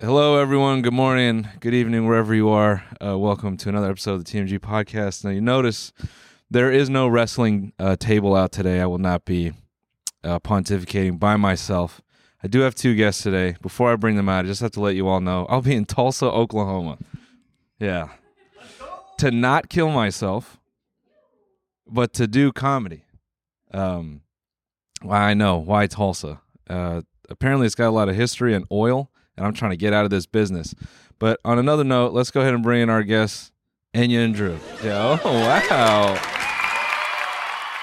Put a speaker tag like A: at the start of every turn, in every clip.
A: Hello, everyone. Good morning, good evening, wherever you are. Uh, welcome to another episode of the TMG podcast. Now, you notice there is no wrestling uh, table out today. I will not be uh, pontificating by myself. I do have two guests today. Before I bring them out, I just have to let you all know I'll be in Tulsa, Oklahoma. Yeah. To not kill myself, but to do comedy. Um, why I know. Why Tulsa? Uh, apparently, it's got a lot of history and oil, and I'm trying to get out of this business. But on another note, let's go ahead and bring in our guests, Enya and Drew. Yeah. Oh, wow.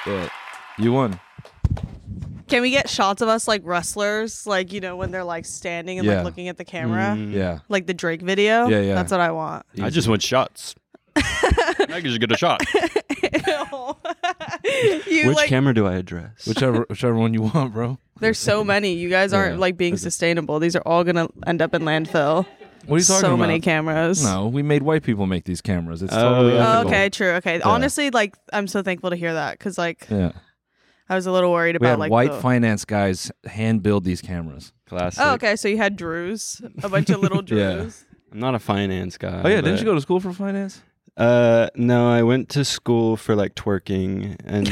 A: Yeah. You won.
B: Can we get shots of us like wrestlers, like you know when they're like standing and
A: Yeah.
B: like looking at the camera,
A: Yeah.
B: like the Drake video?
A: Yeah, yeah.
B: That's what I want.
A: Easy.
C: I just want shots. I just get a shot.
B: you
C: Which
B: like
C: camera do I address?
A: Whichever whichever one you want, bro.
B: there's so many. You guys aren't
A: Yeah.
B: like being sustainable. These are all gonna end up in landfill.
A: What are you talking
B: so
A: about?
B: many cameras.
A: No, we made white people make these cameras. It's
C: Oh,
A: totally
C: yeah.
B: Oh,
A: ethical.
B: okay, true. Okay. Honestly, like I'm so thankful to hear that because like
A: Yeah.
B: I was a little worried
A: We
B: about
A: had
B: like
A: white
B: the-
A: finance guys hand build these cameras.
C: Classic.
B: Oh, okay. So you had Drews, a bunch of little Drews.
A: Yeah.
C: I'm not a finance guy.
A: Oh yeah, didn't
C: but-
A: you go to school for finance?
C: Uh, no, I went to school for like twerking and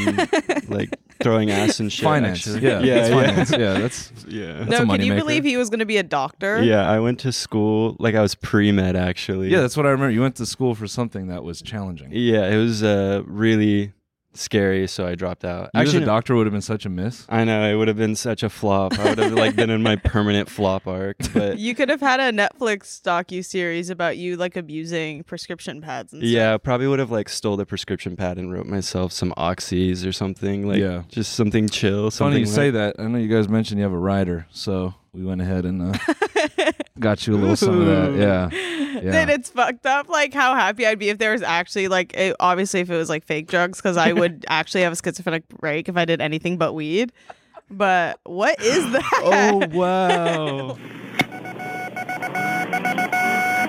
C: like throwing ass and shit.
A: finance.
C: actually.
A: Yeah.
C: yeah,
A: it's
C: yeah.
A: finance. Yeah, that's
C: yeah.
A: That's a
B: no, can you
A: moneymaker.
B: believe he was gonna be a doctor?
C: Yeah, I went to school like I was pre med actually.
A: Yeah, that's what I remember. You went to school for something that was challenging. You
C: yeah, it was uh really scary, so I dropped out.
A: Actually,
C: Actually,
A: as a doctor would have been such a miss.
C: I know it would have been such a flop. I would have like been in my permanent flop arc, but
B: You could have had a Netflix docu series about you like abusing prescription pads and
C: Yeah, I probably would have like stole the prescription pad and wrote myself some oxys or something. Like
A: Yeah.
C: just something chill.
A: It's Funny
C: Something
A: you say
C: like-
A: that. I know you guys mentioned you have a rider, so we went ahead and uh, got you a little some of that.
C: Ooh.
A: Yeah,
B: Then
A: yeah.
B: it's fucked up. Like how happy I'd be if there was actually like it, obviously if it was like fake drugs because I would actually have a schizophrenic break if I did anything but weed. But what is that?
A: Oh wow!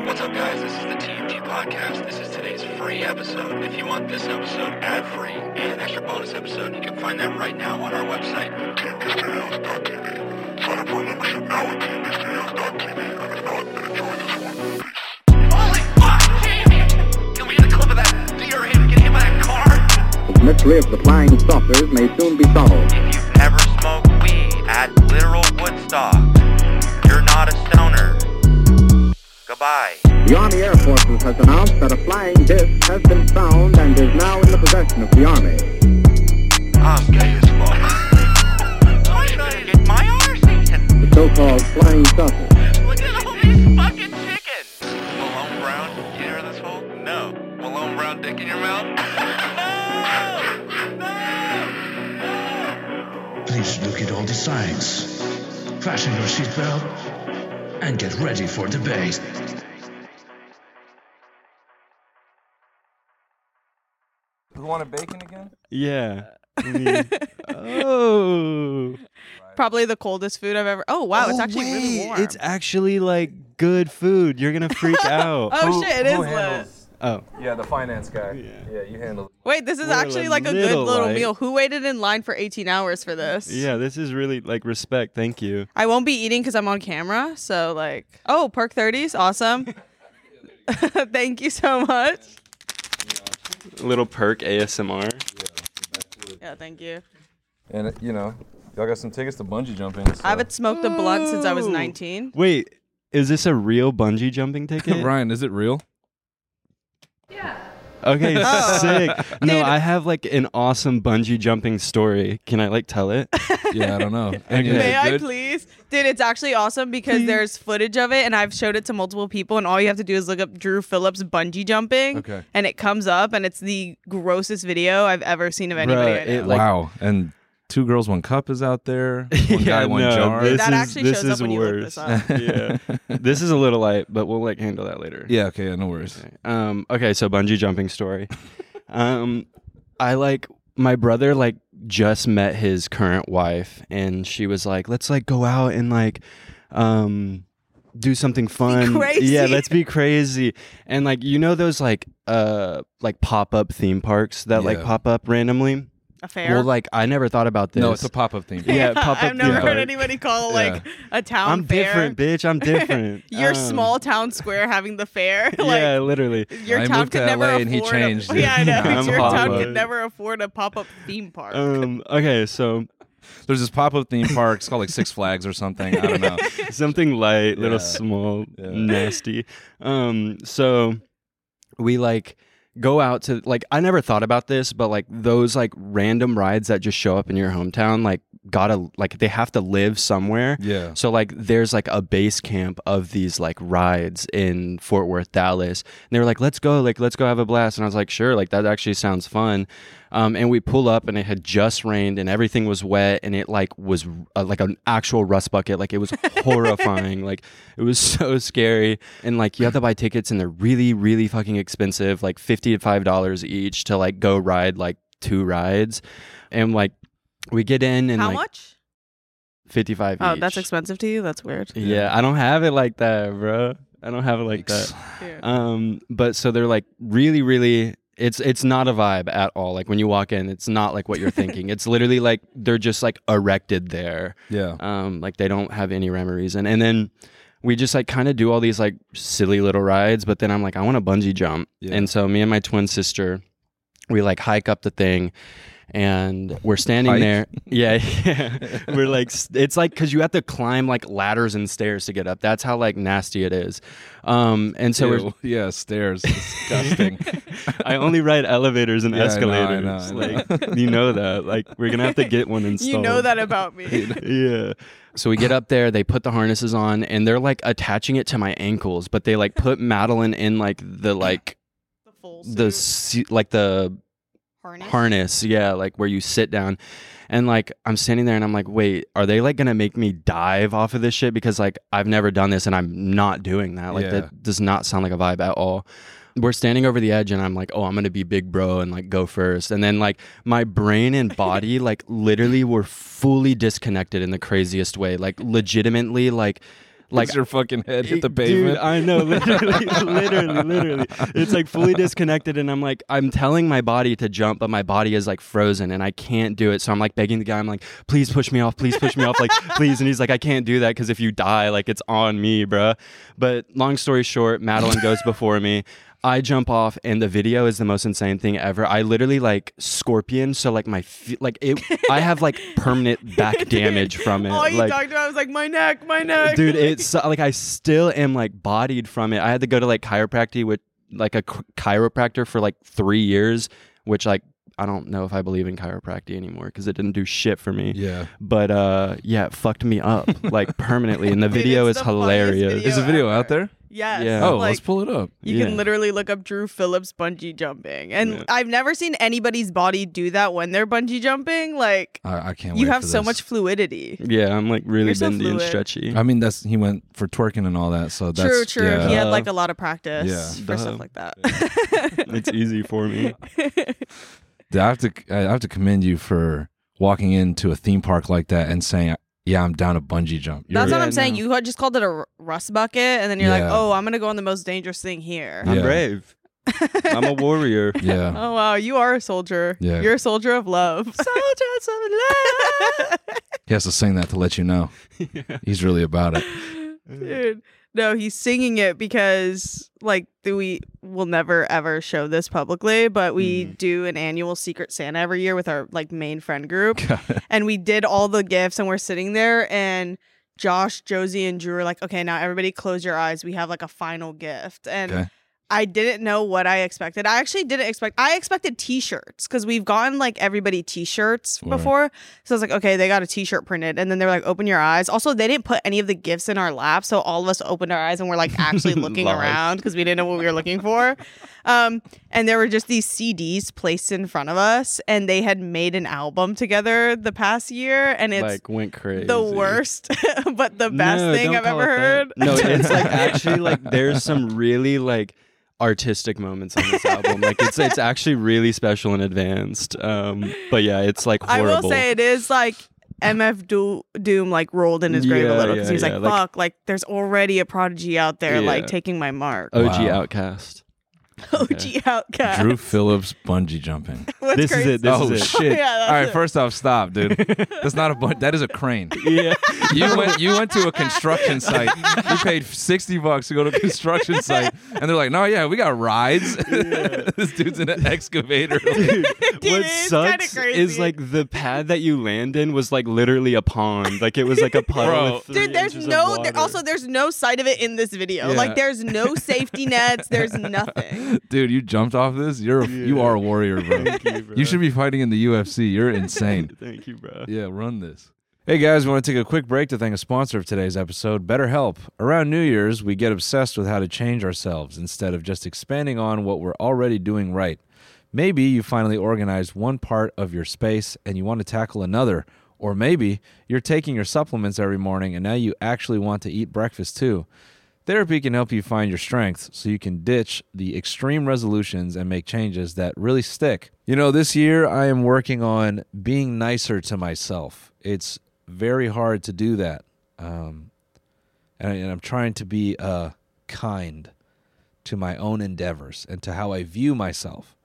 D: What's up, guys? This is the TMG Podcast. This is today's free episode. If you want this episode ad free and an extra bonus episode, you can find that right now on our website. TMGStudio's.tv. Sign up for a membership now at TMGStudio's.tv. And if not, then enjoy this one. Holy fuck, Jamie! Can we get a clip of that deer him get hit by that car?
E: The mystery of the flying saucers may soon be solved.
D: If you've never smoked weed at literal Woodstock, you're not a stoner. Goodbye.
E: The Army Air Forces has announced that a flying disc has been found and is now in the possession of the Army.
D: I'm gay as fuck. I'm gonna get my arse eaten.
E: The so-called flying saucer.
D: Look at all these fucking chickens. Malone Brown, you hear this hole? No. Malone Brown dick in your mouth? no! No!
F: Please look at all the signs. Fasten your seatbelt and get ready for debate.
A: Who wanted bacon again?
C: Yeah. I mean, oh.
B: Probably the coldest food I've ever. Oh wow, it's actually really warm.
C: It's actually like good food. You're gonna freak out.
B: oh shit, it is lit.
C: Oh.
A: Yeah, the finance guy. Yeah, you handled.
B: Wait, this is
C: We're a
B: actually like a good
C: little
B: little
C: light.
B: meal. Who waited in line for 18 hours for this?
C: Yeah, this is really like respect. Thank you.
B: I won't be eating because I'm on camera. So like, oh, perk 30s, awesome. Thank you so much.
C: Little perk ASMR.
B: Yeah, thank you.
A: And you know, y'all got some tickets to bungee jumping.
B: I haven't smoked a blunt since I was
C: Whoa.
B: 19.
C: Wait, is this a real bungee jumping ticket?
A: Ryan, is it real?
C: Okay,
B: Oh.
C: sick. No,
B: Dude.
C: I have like an awesome bungee jumping story. Can I like tell it?
A: Yeah, I don't know. And is
B: May
A: it
B: I
A: good?
B: please? Dude, it's actually awesome because there's footage of it and I've showed it to multiple people and all you have to do is look up Drew Phillips bungee jumping
A: Okay.
B: and it comes up and it's the grossest video I've ever seen of anybody.
C: Bruh,
B: I know.
C: it, like-
A: wow, and two girls, one cup is out there. One guy, one
C: no,
A: jar.
C: This
B: That
C: is,
B: actually
C: this
B: shows up
C: is
B: when you look this
C: worse. yeah, this is a little light, but we'll like handle that later.
A: yeah, okay, yeah, no worries.
C: Um. Okay. So bungee jumping story. um, I like my brother like just met his current wife, and she was like, "Let's like go out and like, um." Do something fun,
B: crazy.
C: yeah. Let's be crazy, and like you know those like uh like pop up theme parks that like
A: Yeah.
C: pop up randomly.
B: affair.
C: Well, like I never thought about this.
A: No, it's a pop up theme.
C: Yeah. pop-up
B: I've never
A: theme
B: heard
A: park.
B: anybody call
A: Yeah.
B: like a town
C: I'm
B: fair.
C: different, bitch. I'm different.
B: Your
C: Um,
B: small town square having the fair. like
C: yeah, literally.
B: your
A: I
B: town
A: moved
B: could
A: to
B: never
A: LA
B: afford
A: and he changed
B: a,
A: it.
B: Yeah, I know.
C: I'm
B: your town
C: Hollywood.
B: could never afford a pop up theme park.
C: Um, okay, so
A: There's this pop up theme park. It's called like Six Flags or something. I don't know.
C: something light,
A: Yeah.
C: little small,
A: Yeah.
C: nasty. Um, so we like go out to like I never thought about this, but like those like random rides that just show up in your hometown, like gotta like they have to live somewhere.
A: Yeah.
C: So like there's like a base camp of these like rides in Fort Worth, Dallas. And they were like, let's go, like let's go have a blast. And I was like, sure, like that actually sounds fun. Um, and we pull up and it had just rained and everything was wet and it like was uh, like an actual rust bucket. Like it was horrifying. Like it was so scary. And like you have to buy tickets and they're really, really fucking expensive, like fifty to five dollars each to like go ride like two rides. And like we get in and
B: How
C: like
B: much?
C: fifty five
B: Oh, that's expensive to you. That's weird.
C: yeah, I don't have it like that, bro. I don't have it like that.
B: Yeah.
C: Um, but so they're like really, really. It's it's not a vibe at all. Like when you walk in, it's not like what you're thinking. it's literally like they're just like erected there.
A: Yeah.
C: Um, like they don't have any rhyme or reason. And then we just like kind of do all these like silly little rides. But then I'm like, I want to bungee jump.
A: Yeah.
C: And so me and my twin sister, we like hike up the thing. And we're standing
A: Hike?
C: there. Yeah, yeah. We're like, s- it's like, cause you have to climb like ladders and stairs to get up. That's how like nasty it is. Um, and so we're,
A: Ew. yeah, stairs. Disgusting.
C: I only ride elevators and
A: Yeah, I know, I know,
C: escalators.
A: I know.
C: Like, you know that. Like, we're gonna have to get one installed.
B: You know that about me.
C: yeah. So we get up there, they put the harnesses on, and they're like attaching it to my ankles, but they like put Madeline in like the like
B: the full
C: the
B: suit
C: se- like the
B: harness.
C: harness, yeah, like where you sit down. And like I'm standing there and I'm like, wait, are they like gonna make me dive off of this shit? Because like I've never done this and I'm not doing that. Like
A: Yeah.
C: that does not sound like a vibe at all. We're standing over the edge and I'm like, oh, I'm gonna be big bro and like go first. And then like my brain and body like literally were fully disconnected in the craziest way. Like legitimately like like
A: Does your fucking head hit the
C: Dude,
A: pavement.
C: I know, literally, literally, literally. It's like fully disconnected, and I'm like, I'm telling my body to jump, but my body is like frozen, and I can't do it. So I'm like begging the guy, I'm like, please push me off, please push me off, like please. And he's like, I can't do that because if you die, like it's on me, bruh. But long story short, Madeline goes before me. I jump off, and the video is the most insane thing ever. I literally like scorpion, so like my feet, like it. I have like permanent back damage from it.
B: All Oh, you
C: like,
B: talked about was like my neck, my neck.
C: dude it's so- like i still am like bodied from it i had to go to like chiropractic with like a ch- chiropractor for like three years which like i don't know if i believe in chiropractic anymore because it didn't do shit for me
A: yeah.
C: but uh yeah it fucked me up like permanently and the
B: Dude,
C: video
B: it's
C: is
B: the funniest
C: hilarious
A: Is the video out there?
B: yes.
C: Yeah.
A: Oh,
B: like,
A: let's pull it up.
B: You
C: Yeah.
B: can literally look up Drew Phillips bungee jumping, and
C: Yeah.
B: I've never seen anybody's body do that when they're bungee jumping. Like
A: I, I can't.
B: you
A: wait
B: have
A: for
B: so
A: this.
B: much fluidity.
C: yeah i'm like really
B: You're so
C: bendy and
B: fluid.
C: stretchy
A: I mean, that's he went for twerking and all that. So that's
B: true, true.
A: Yeah.
B: He had like a lot of practice
A: Yeah.
B: for
C: Duh.
B: stuff like that.
C: it's easy for me
A: Dude, I have to I have to commend you for walking into a theme park like that and saying, "Yeah, I'm down to bungee jump." You're-
B: That's
C: Yeah,
B: what I'm saying.
C: no.
B: You had just called it a r- rust bucket, and then you're like,
A: Yeah.
B: "Oh, I'm gonna go on the most dangerous thing here."
A: Yeah.
C: i'm brave i'm a warrior
A: yeah.
B: Oh wow, you are a soldier.
A: Yeah.
B: You're a soldier of love. Soldiers of love.
A: He has to sing that to let you know he's really about it.
B: Dude. No, he's singing it because like th- we will never ever show this publicly, but we
A: Mm.
B: do an annual Secret Santa every year with our like main friend group. and we did all the gifts and we're sitting there and Josh, Josie, and Drew are like, okay, now everybody close your eyes. We have like a final gift. And
A: Okay.
B: I didn't know what I expected. I actually didn't expect I expected t-shirts because we've gotten like everybody t-shirts
A: Right.
B: before. So I was like, okay, they got a t-shirt printed. And then they were like, open your eyes. Also, they didn't put any of the gifts in our lap. So all of us opened our eyes and we're like actually looking
C: Lies.
B: around because we didn't know what we were looking for. Um, and there were just these CDs placed in front of us, and they had made an album together the past year, and it's
C: like went crazy
B: the worst, but the best
C: No,
B: thing
C: don't
B: I've
C: call
B: ever
C: it that.
B: heard.
C: No, it's like actually like there's some really like artistic moments on this album. Like it's it's actually really special and advanced. Um, but yeah, it's like
B: I
C: horrible.
B: will say it is like MF Do- Doom like rolled in his grave
C: Yeah,
B: a little because
C: yeah,
B: he's
C: yeah,
B: like,
C: like-
B: fuck, like there's already a prodigy out there
C: Yeah.
B: like taking my mark.
C: OG
A: Wow.
C: Outcast.
B: OG out guy.
A: Drew Phillips bungee jumping.
B: What's
C: This is
B: crazy-
C: it. This
A: oh
C: is it.
A: shit!
B: Yeah, that's
A: All right,
B: it.
A: first off, stop, dude. That's not a bun- that is a crane.
C: Yeah.
A: You went you went to a construction site. You paid sixty bucks to go to a construction site, and they're like, "No, yeah, we got rides." this dude's in an excavator.
B: Dude,
C: what
B: it's kinda
C: sucks is
B: crazy.
C: like the pad that you land in was like literally a pond. Like it was like a puddle.
A: Bro.
C: with three
B: Dude, there's
C: inches of
B: no there,
C: water.
B: also there's no sight of it in this video.
A: Yeah.
B: Like there's no safety nets. There's nothing.
A: dude, you jumped off this. You're a, you are a warrior, bro.
C: Thank you, bro.
A: You should be fighting in the UFC. You're insane.
C: Thank you, bro.
A: Yeah, run this. Hey guys, we want to take a quick break to thank a sponsor of today's episode, BetterHelp. Around New Year's, we get obsessed with how to change ourselves instead of just expanding on what we're already doing right. Maybe you finally organized one part of your space and you want to tackle another. Or maybe you're taking your supplements every morning and now you actually want to eat breakfast too. Therapy can help you find your strengths so you can ditch the extreme resolutions and make changes that really stick. You know, this year I am working on being nicer to myself. It's very hard to do that. Um, and, I, and I'm trying to be uh, kind to my own endeavors and to how I view myself.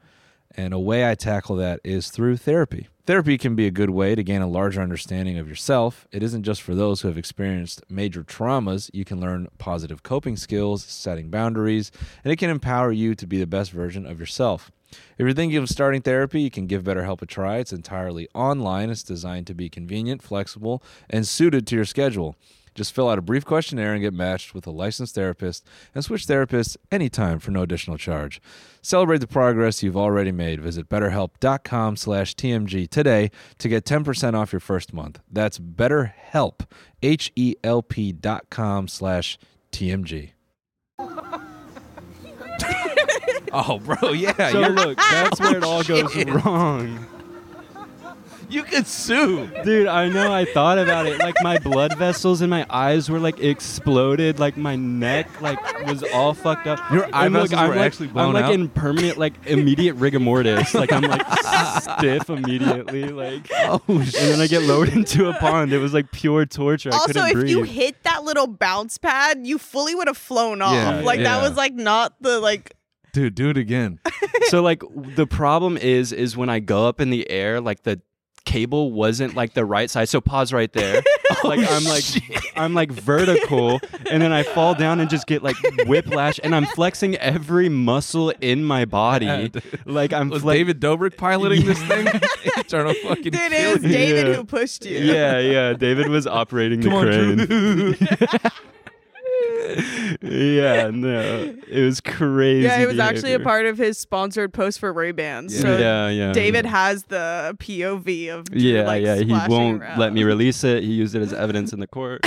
A: And a way I tackle that is through therapy. Therapy can be a good way to gain a larger understanding of yourself. It isn't just for those who have experienced major traumas. You can learn positive coping skills, setting boundaries, and it can empower you to be the best version of yourself. If you're thinking of starting therapy, you can give BetterHelp a try. It's entirely online, it's designed to be convenient, flexible, and suited to your schedule. Just fill out a brief questionnaire and get matched with a licensed therapist and switch therapists anytime for no additional charge. Celebrate the progress you've already made. Visit betterhelp.com slash TMG today to get 10% off your first month. That's betterhelp, H-E-L-P dot com slash TMG. oh, bro, yeah.
C: So
A: you're-
C: look, that's where it all goes wrong.
A: you could sue.
C: Dude, I know I thought about it. Like my blood vessels in my eyes were like exploded, like my neck like was all fucked up.
A: Your eye
C: And, look,
A: vessels
C: I'm,
A: were
C: like,
A: actually blown
C: I'm like
A: out?
C: in permanent like immediate rigor mortis. Like I'm like stiff immediately like
A: Oh,
C: and then I get lowered into a pond. It was like pure torture. I
B: also,
C: couldn't
B: if
C: breathe.
B: you hit that little bounce pad, you fully would have flown off.
A: Yeah,
B: like
A: yeah.
B: that was like not the like
A: Dude, do it again.
C: so like w- the problem is is when I go up in the air, like the cable wasn't like the right size. So pause right there.
A: Oh,
C: like I'm like I'm like vertical and then I fall down and just get like whiplash and I'm flexing every muscle in my body. Like I'm
A: Was
C: flex-
A: David Dobrik piloting this thing? Eternal fucking
B: dude. It was
C: Yeah.
B: David who pushed you.
C: Yeah, yeah. David was operating the
A: Come on,
C: crane.
A: Drew.
C: yeah, no. It was crazy.
B: Yeah, it was actually a
C: behavior.
B: part of his sponsored post for Ray Bans. So
C: Yeah, yeah.
B: David has the POV of Drew,
C: Yeah,
B: like,
C: yeah. He
B: splashing
C: won't
B: around.
C: let me release it. He used it as evidence in the court.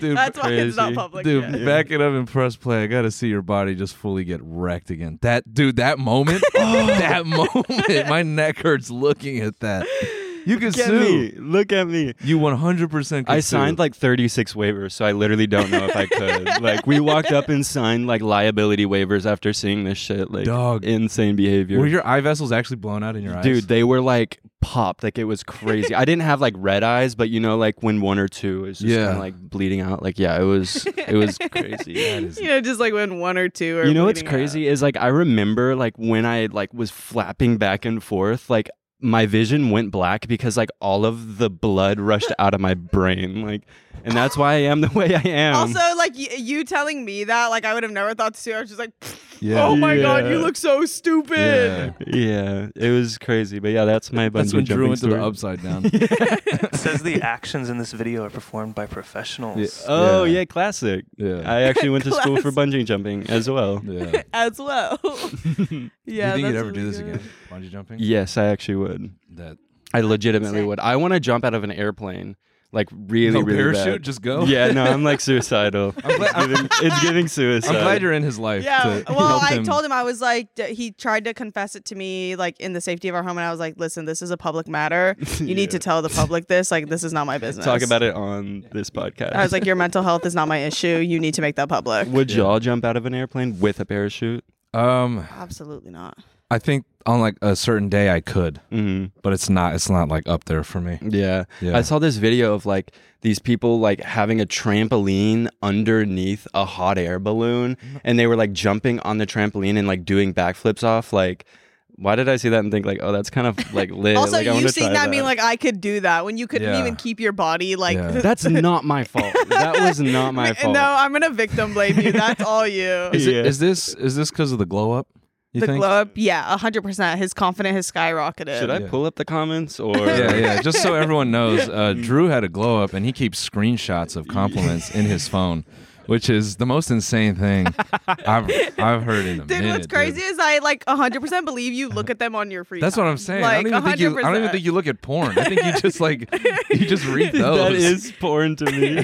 A: Dude,
B: That's why it's not
C: Crazy.
B: public.
A: dude,
B: yet.
A: back it up and press play. I gotta see your body just fully get wrecked again. That dude, that moment, that moment, my neck hurts looking at that. You can
C: Look at
A: sue.
C: me. Look at me.
A: You 100% could
C: I
A: sue.
C: signed like 36 waivers, so I literally don't know if I could. like, we walked up and signed like liability waivers after seeing this shit. Like,
A: Dog.
C: insane behavior.
A: Were your eye vessels actually blown out in your eyes?
C: Dude, they were like popped. Like, it was crazy. I didn't have like red eyes, but you know, like when one or two is just
A: Yeah.
C: kind of like bleeding out. Like, yeah, it was, it was crazy.
B: you know, just like when one or two are.
C: you know what's
B: bleeding out.
C: crazy is like, I remember like when I like was flapping back and forth, like, my vision went black because like all of the blood rushed out of my brain like and that's why I am the way I am.
B: Also, like y- you telling me that, like I would have never thought to. I was just like,
A: Yeah.
B: oh my god, you
C: Yeah.
B: look so stupid.
A: yeah.
C: Yeah, it was crazy, but yeah, that's my bungee
A: That's when Drew
C: jumping
A: went to the
C: story.
A: upside down.
G: says the actions in this video are performed by professionals.
C: Oh
A: Yeah.
C: yeah, classic.
A: Yeah.
C: I actually went to school for
B: Classic.
C: bungee jumping as well.
A: yeah.
B: As well.
A: you
B: yeah.
A: think
B: that's
A: you'd ever
B: really
A: do this
B: good.
A: again? Bungee jumping?
C: Yes, I actually would.
A: That
C: I legitimately
B: Sick.
C: would. I want to jump out of an airplane, like really,
A: no
C: really
A: parachute?
C: bad.
A: Just go?
C: Yeah, no, I'm like suicidal.
A: glad-
C: it's, giving, it's giving suicide.
A: I'm glad you're in his life.
B: Yeah.
A: to
B: Well,
A: help
B: I
A: him.
B: told him I was like, d- he tried to confess it to me, like in the safety of our home, and I was like, listen, this is a public matter. You need to
C: Yeah.
B: tell the public this. Like, this is not my business.
C: talk about it on this podcast.
B: I was like, your mental health is not my issue. You need to make that public.
C: would y'all jump out of an airplane with a parachute?
A: Um,
B: Absolutely not.
A: I think on like a certain day I could,
C: Mm-hmm.
A: but it's not. It's not like up there for me.
C: Yeah.
A: Yeah.
C: I saw this video of like these people like having a trampoline underneath a hot air balloon
B: Mm-hmm.
C: and they were like jumping on the trampoline and like doing backflips off like why did I see that and think like oh that's kind of like lit
B: also,
C: like, I
B: you
C: wanna
B: seeing
C: try
B: that, mean like I could do that when you couldn't
A: Yeah.
B: even keep your body like.
A: Yeah.
C: that's not my fault. That was not my fault.
B: No, I'm gonna victim blame you. That's all you.
A: Is,
C: Yeah.
A: it, is this is this because of the glow up? You
B: the
A: think?
B: glow up, yeah, hundred percent. His confidence has skyrocketed.
C: Should I
A: Yeah.
C: pull up the comments or
A: yeah, yeah. Just so everyone knows, uh,
B: Mm.
A: Drew had a glow up, and he keeps screenshots of compliments in his phone, which is the most insane thing I've I've heard in a
B: Dude,
A: minute.
B: what's crazy is I like 100% believe you look at them on your free.
A: That's what
B: time.
A: I'm saying.
B: Like,
A: I don't even think you. I don't even
B: 100%.
A: think you look at porn. I think you just like you just read those.
C: That is porn to me.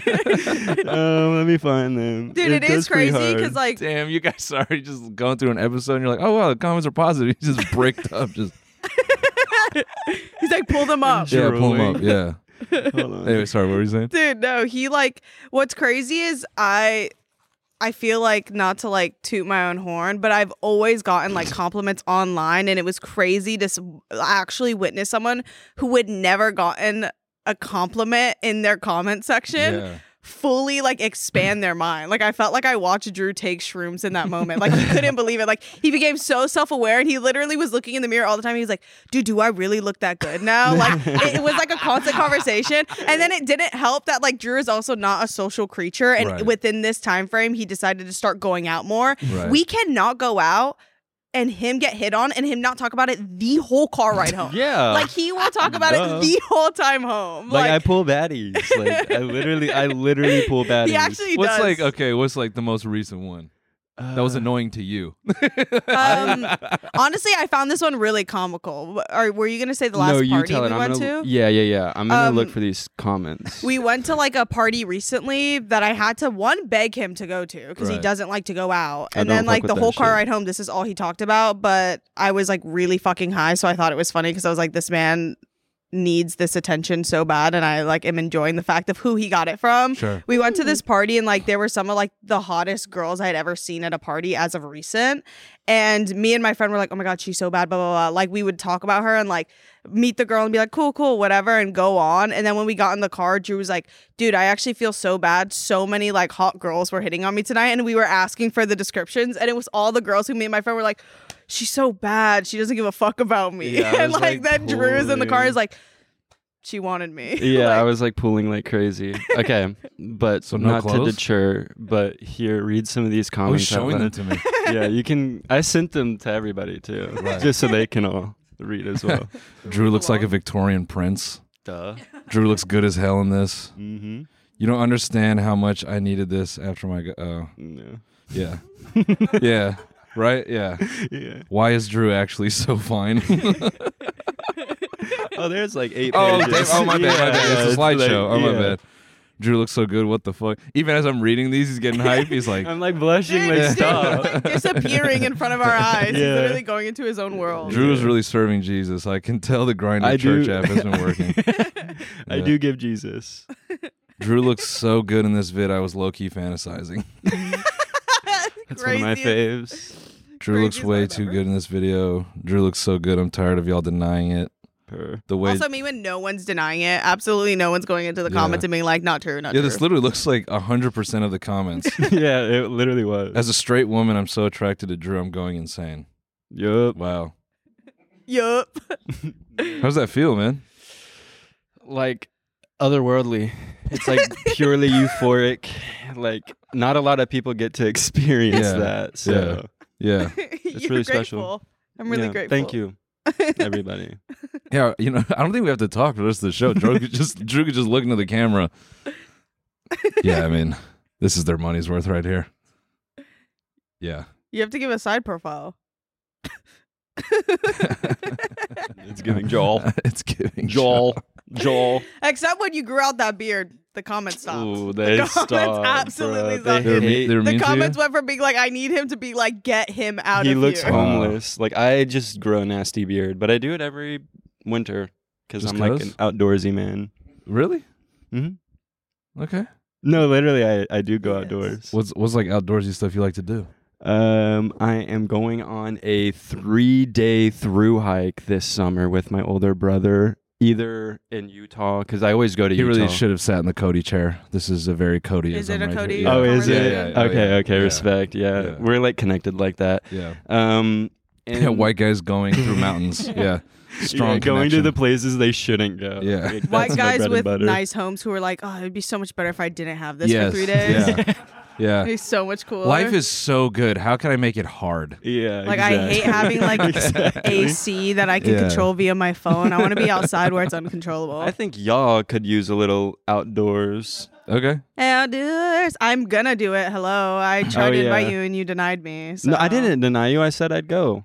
C: um, let me find them.
B: Dude, it is
C: goes pretty
B: crazy
C: hard.
B: because like
A: Damn, you guys are just going through an episode, and you're like, oh wow, the comments are positive. You just bricked up, just
B: he's like pull them up.
A: yeah, pull 'em up,
C: Drooling.
A: yeah.
C: Hold on.
A: Anyway, sorry, what were you saying?
B: Dude, no, he like what's crazy is I I feel like not to like toot my own horn, but I've always gotten like compliments online and it was crazy to s- actually witness someone who had never gotten a compliment in their comment section.
A: Yeah.
B: fully like expand their mind. Like I felt like I watched Drew take shrooms in that moment. Like he couldn't believe it. Like he became so self-aware and he literally was looking in the mirror all the time. He was like, "Dude, do I really look that good now?" Like it, it was like a constant conversation. And then it didn't help that like Drew is also not a social creature and
A: Right.
B: within this time frame he decided to start going out more.
A: Right.
B: We cannot go out and him get hit on and him not talk about it the whole car ride home.
C: Yeah.
B: Like he will talk about
C: Duh.
B: it the whole time home.
C: like,
B: Like,
C: I pull baddies. Like I literally, I literally pull baddies.
B: he actually
A: What's
B: does.
A: like okay? What's like the most recent one that was annoying to you?
B: Um, honestly, I found this one really comical. Wh- Or were you gonna say the last
C: no, you
B: party
C: tell
B: we
C: it. I'm
B: went
C: gonna,
B: to?
C: Yeah, yeah, yeah. I'm gonna look
B: Um,
C: for these comments.
B: We went to like a party recently that I had to one beg him to go to because he
A: Right.
B: doesn't like to go out.
C: I
B: And
C: don't
B: then
C: fuck
B: like
C: with
B: the
C: that
B: whole car
C: shit.
B: ride home, this is all he talked about. But I was like really fucking high, so I thought it was funny because I was like, this man needs this attention so bad, and I like am enjoying the fact of who he got it from.
A: Sure.
B: We went to this party and like there were some of like the hottest girls I had ever seen at a party as of recent. And me and my friend were like, oh my God, she's so bad, blah, blah, blah. Like we would talk about her and like meet the girl and be like, cool, cool, whatever, and go on. And then when we got in the car, Drew was like, dude, I actually feel so bad. So many like hot girls were hitting on me tonight. And we were asking for the descriptions. And it was all the girls who me and my friend were like, she's so bad. She doesn't give a fuck about me.
C: Yeah, I
B: and
C: was,
B: like,
C: like,
B: then Drew is in the car and
C: pulling.
B: is like, she wanted me.
C: yeah, I
B: Like,
C: was like pulling like crazy. Okay, but
A: So no
C: not to
A: clothes?
C: deter. But here, read some of these
A: I was
C: comments. out
A: showing them
C: loud.
A: to me.
C: yeah, you can. I sent them to everybody too,
A: Right.
C: just so they can all read as well.
A: Drew looks like a Victorian prince.
C: Duh.
A: Drew looks good as hell in this.
C: Mm-hmm.
A: You don't understand how much I needed this after my. go- Oh,
C: No.
A: yeah, yeah, right, yeah.
C: Yeah.
A: Why is Drew actually so fine?
C: Oh, there's like eight.
A: Oh, damn.
C: pages.
A: oh my bad, my bad.
C: Yeah,
A: It's a slideshow.
C: like-
A: oh my
C: yeah.
A: bad. Drew looks so good. What the fuck? Even as I'm reading these, he's getting hype. He's like,
C: I'm like blushing. Like
B: Dude,
C: stop.
B: Like disappearing in front of our eyes. He's
C: Yeah.
B: literally going into his own world.
A: Drew is really serving Jesus. I can tell the grinder
C: I
A: church
C: do-
A: app has been working.
C: I
A: Yeah.
C: do give Jesus.
A: Drew looks so good in this vid. I was low key fantasizing.
C: That's one of my
B: Craziest-
C: faves.
A: Drew looks
B: Craziest
A: way
B: vibe
A: too
B: ever.
A: good in this video. Drew looks so good. I'm tired of y'all denying it.
C: Per.
A: The way
B: Also, I mean, when no one's denying it, absolutely no one's going into the
A: Yeah.
B: comments and being like, not true, not
A: yeah,
B: true.
A: this literally looks like hundred percent of the comments.
C: yeah, it literally was.
A: As a straight woman, I'm so attracted to Drew. I'm going insane.
C: Yup.
A: Wow,
B: yup.
A: how's that feel, man?
C: Like otherworldly. It's like purely euphoric. Like not a lot of people get to experience
A: Yeah,
C: that. So
A: yeah. Yeah,
B: It's
C: really special.
B: I'm really
C: yeah,
B: grateful.
C: Thank you, everybody.
A: yeah. You know, I don't think we have to talk for the rest of the show. Drew could just Drew could just look into the camera. Yeah, I mean, this is their money's worth right here. Yeah.
B: You have to give a side profile.
C: It's giving Joel.
A: it's giving
C: Joel. Joel.
B: Except when you grew out that beard, the comments stopped.
C: Ooh,
B: the
C: they
B: comments
C: stopped.
B: absolutely
C: bruh.
B: stopped.
A: They were, me-
C: hate-
A: they were
B: the
A: mean to you?
B: comments went from being like, I need him to be like, get him out
C: he
B: of
C: looks
B: here.
A: Wow.
C: homeless. Like I just grow a nasty beard, but I do it every winter because
A: Just
C: I'm like
A: 'cause?
C: an outdoorsy man.
A: Really?
C: Mhm.
A: Okay.
C: No, literally, I, I do go
B: Yes.
C: outdoors.
A: What's what's like outdoorsy stuff you like to do?
C: Um, I am going on a three day through hike this summer with my older brother, either in Utah, because I always go to
A: He
C: Utah.
A: really should have sat in the Cody chair. This is a very Cody.
B: Is it a Cody
A: Yeah.
C: Oh, is
B: Yeah,
C: it?
B: yeah,
A: yeah,
C: okay,
A: yeah.
C: okay,
A: Yeah.
C: respect. Yeah.
A: Yeah.
C: We're like connected like that.
A: Yeah.
C: Um, and
A: Yeah, white guys going through mountains. Yeah, strong.
C: yeah, going to
A: connection.
C: the places they shouldn't go.
A: Yeah.
C: Like,
B: White
C: that's my bread
B: guys
C: and
B: with
C: butter.
B: nice homes who are like, oh, it'd be so much better if I didn't have this
A: yes.
B: for three days.
A: Yeah,
B: It'd
A: yeah.
B: be so much cooler.
A: Life is so good. How can I make it hard?
C: Yeah.
B: Like I
C: exactly.
B: hate having like AC that I can
A: Yeah.
B: control via my phone. I want to be outside where it's uncontrollable.
C: I think y'all could use a little outdoors.
A: Okay.
B: Outdoors. I'm gonna do it. Hello. I tried to
C: Oh, yeah.
B: invite you and you denied me. So.
C: No, I didn't deny you. I said I'd go.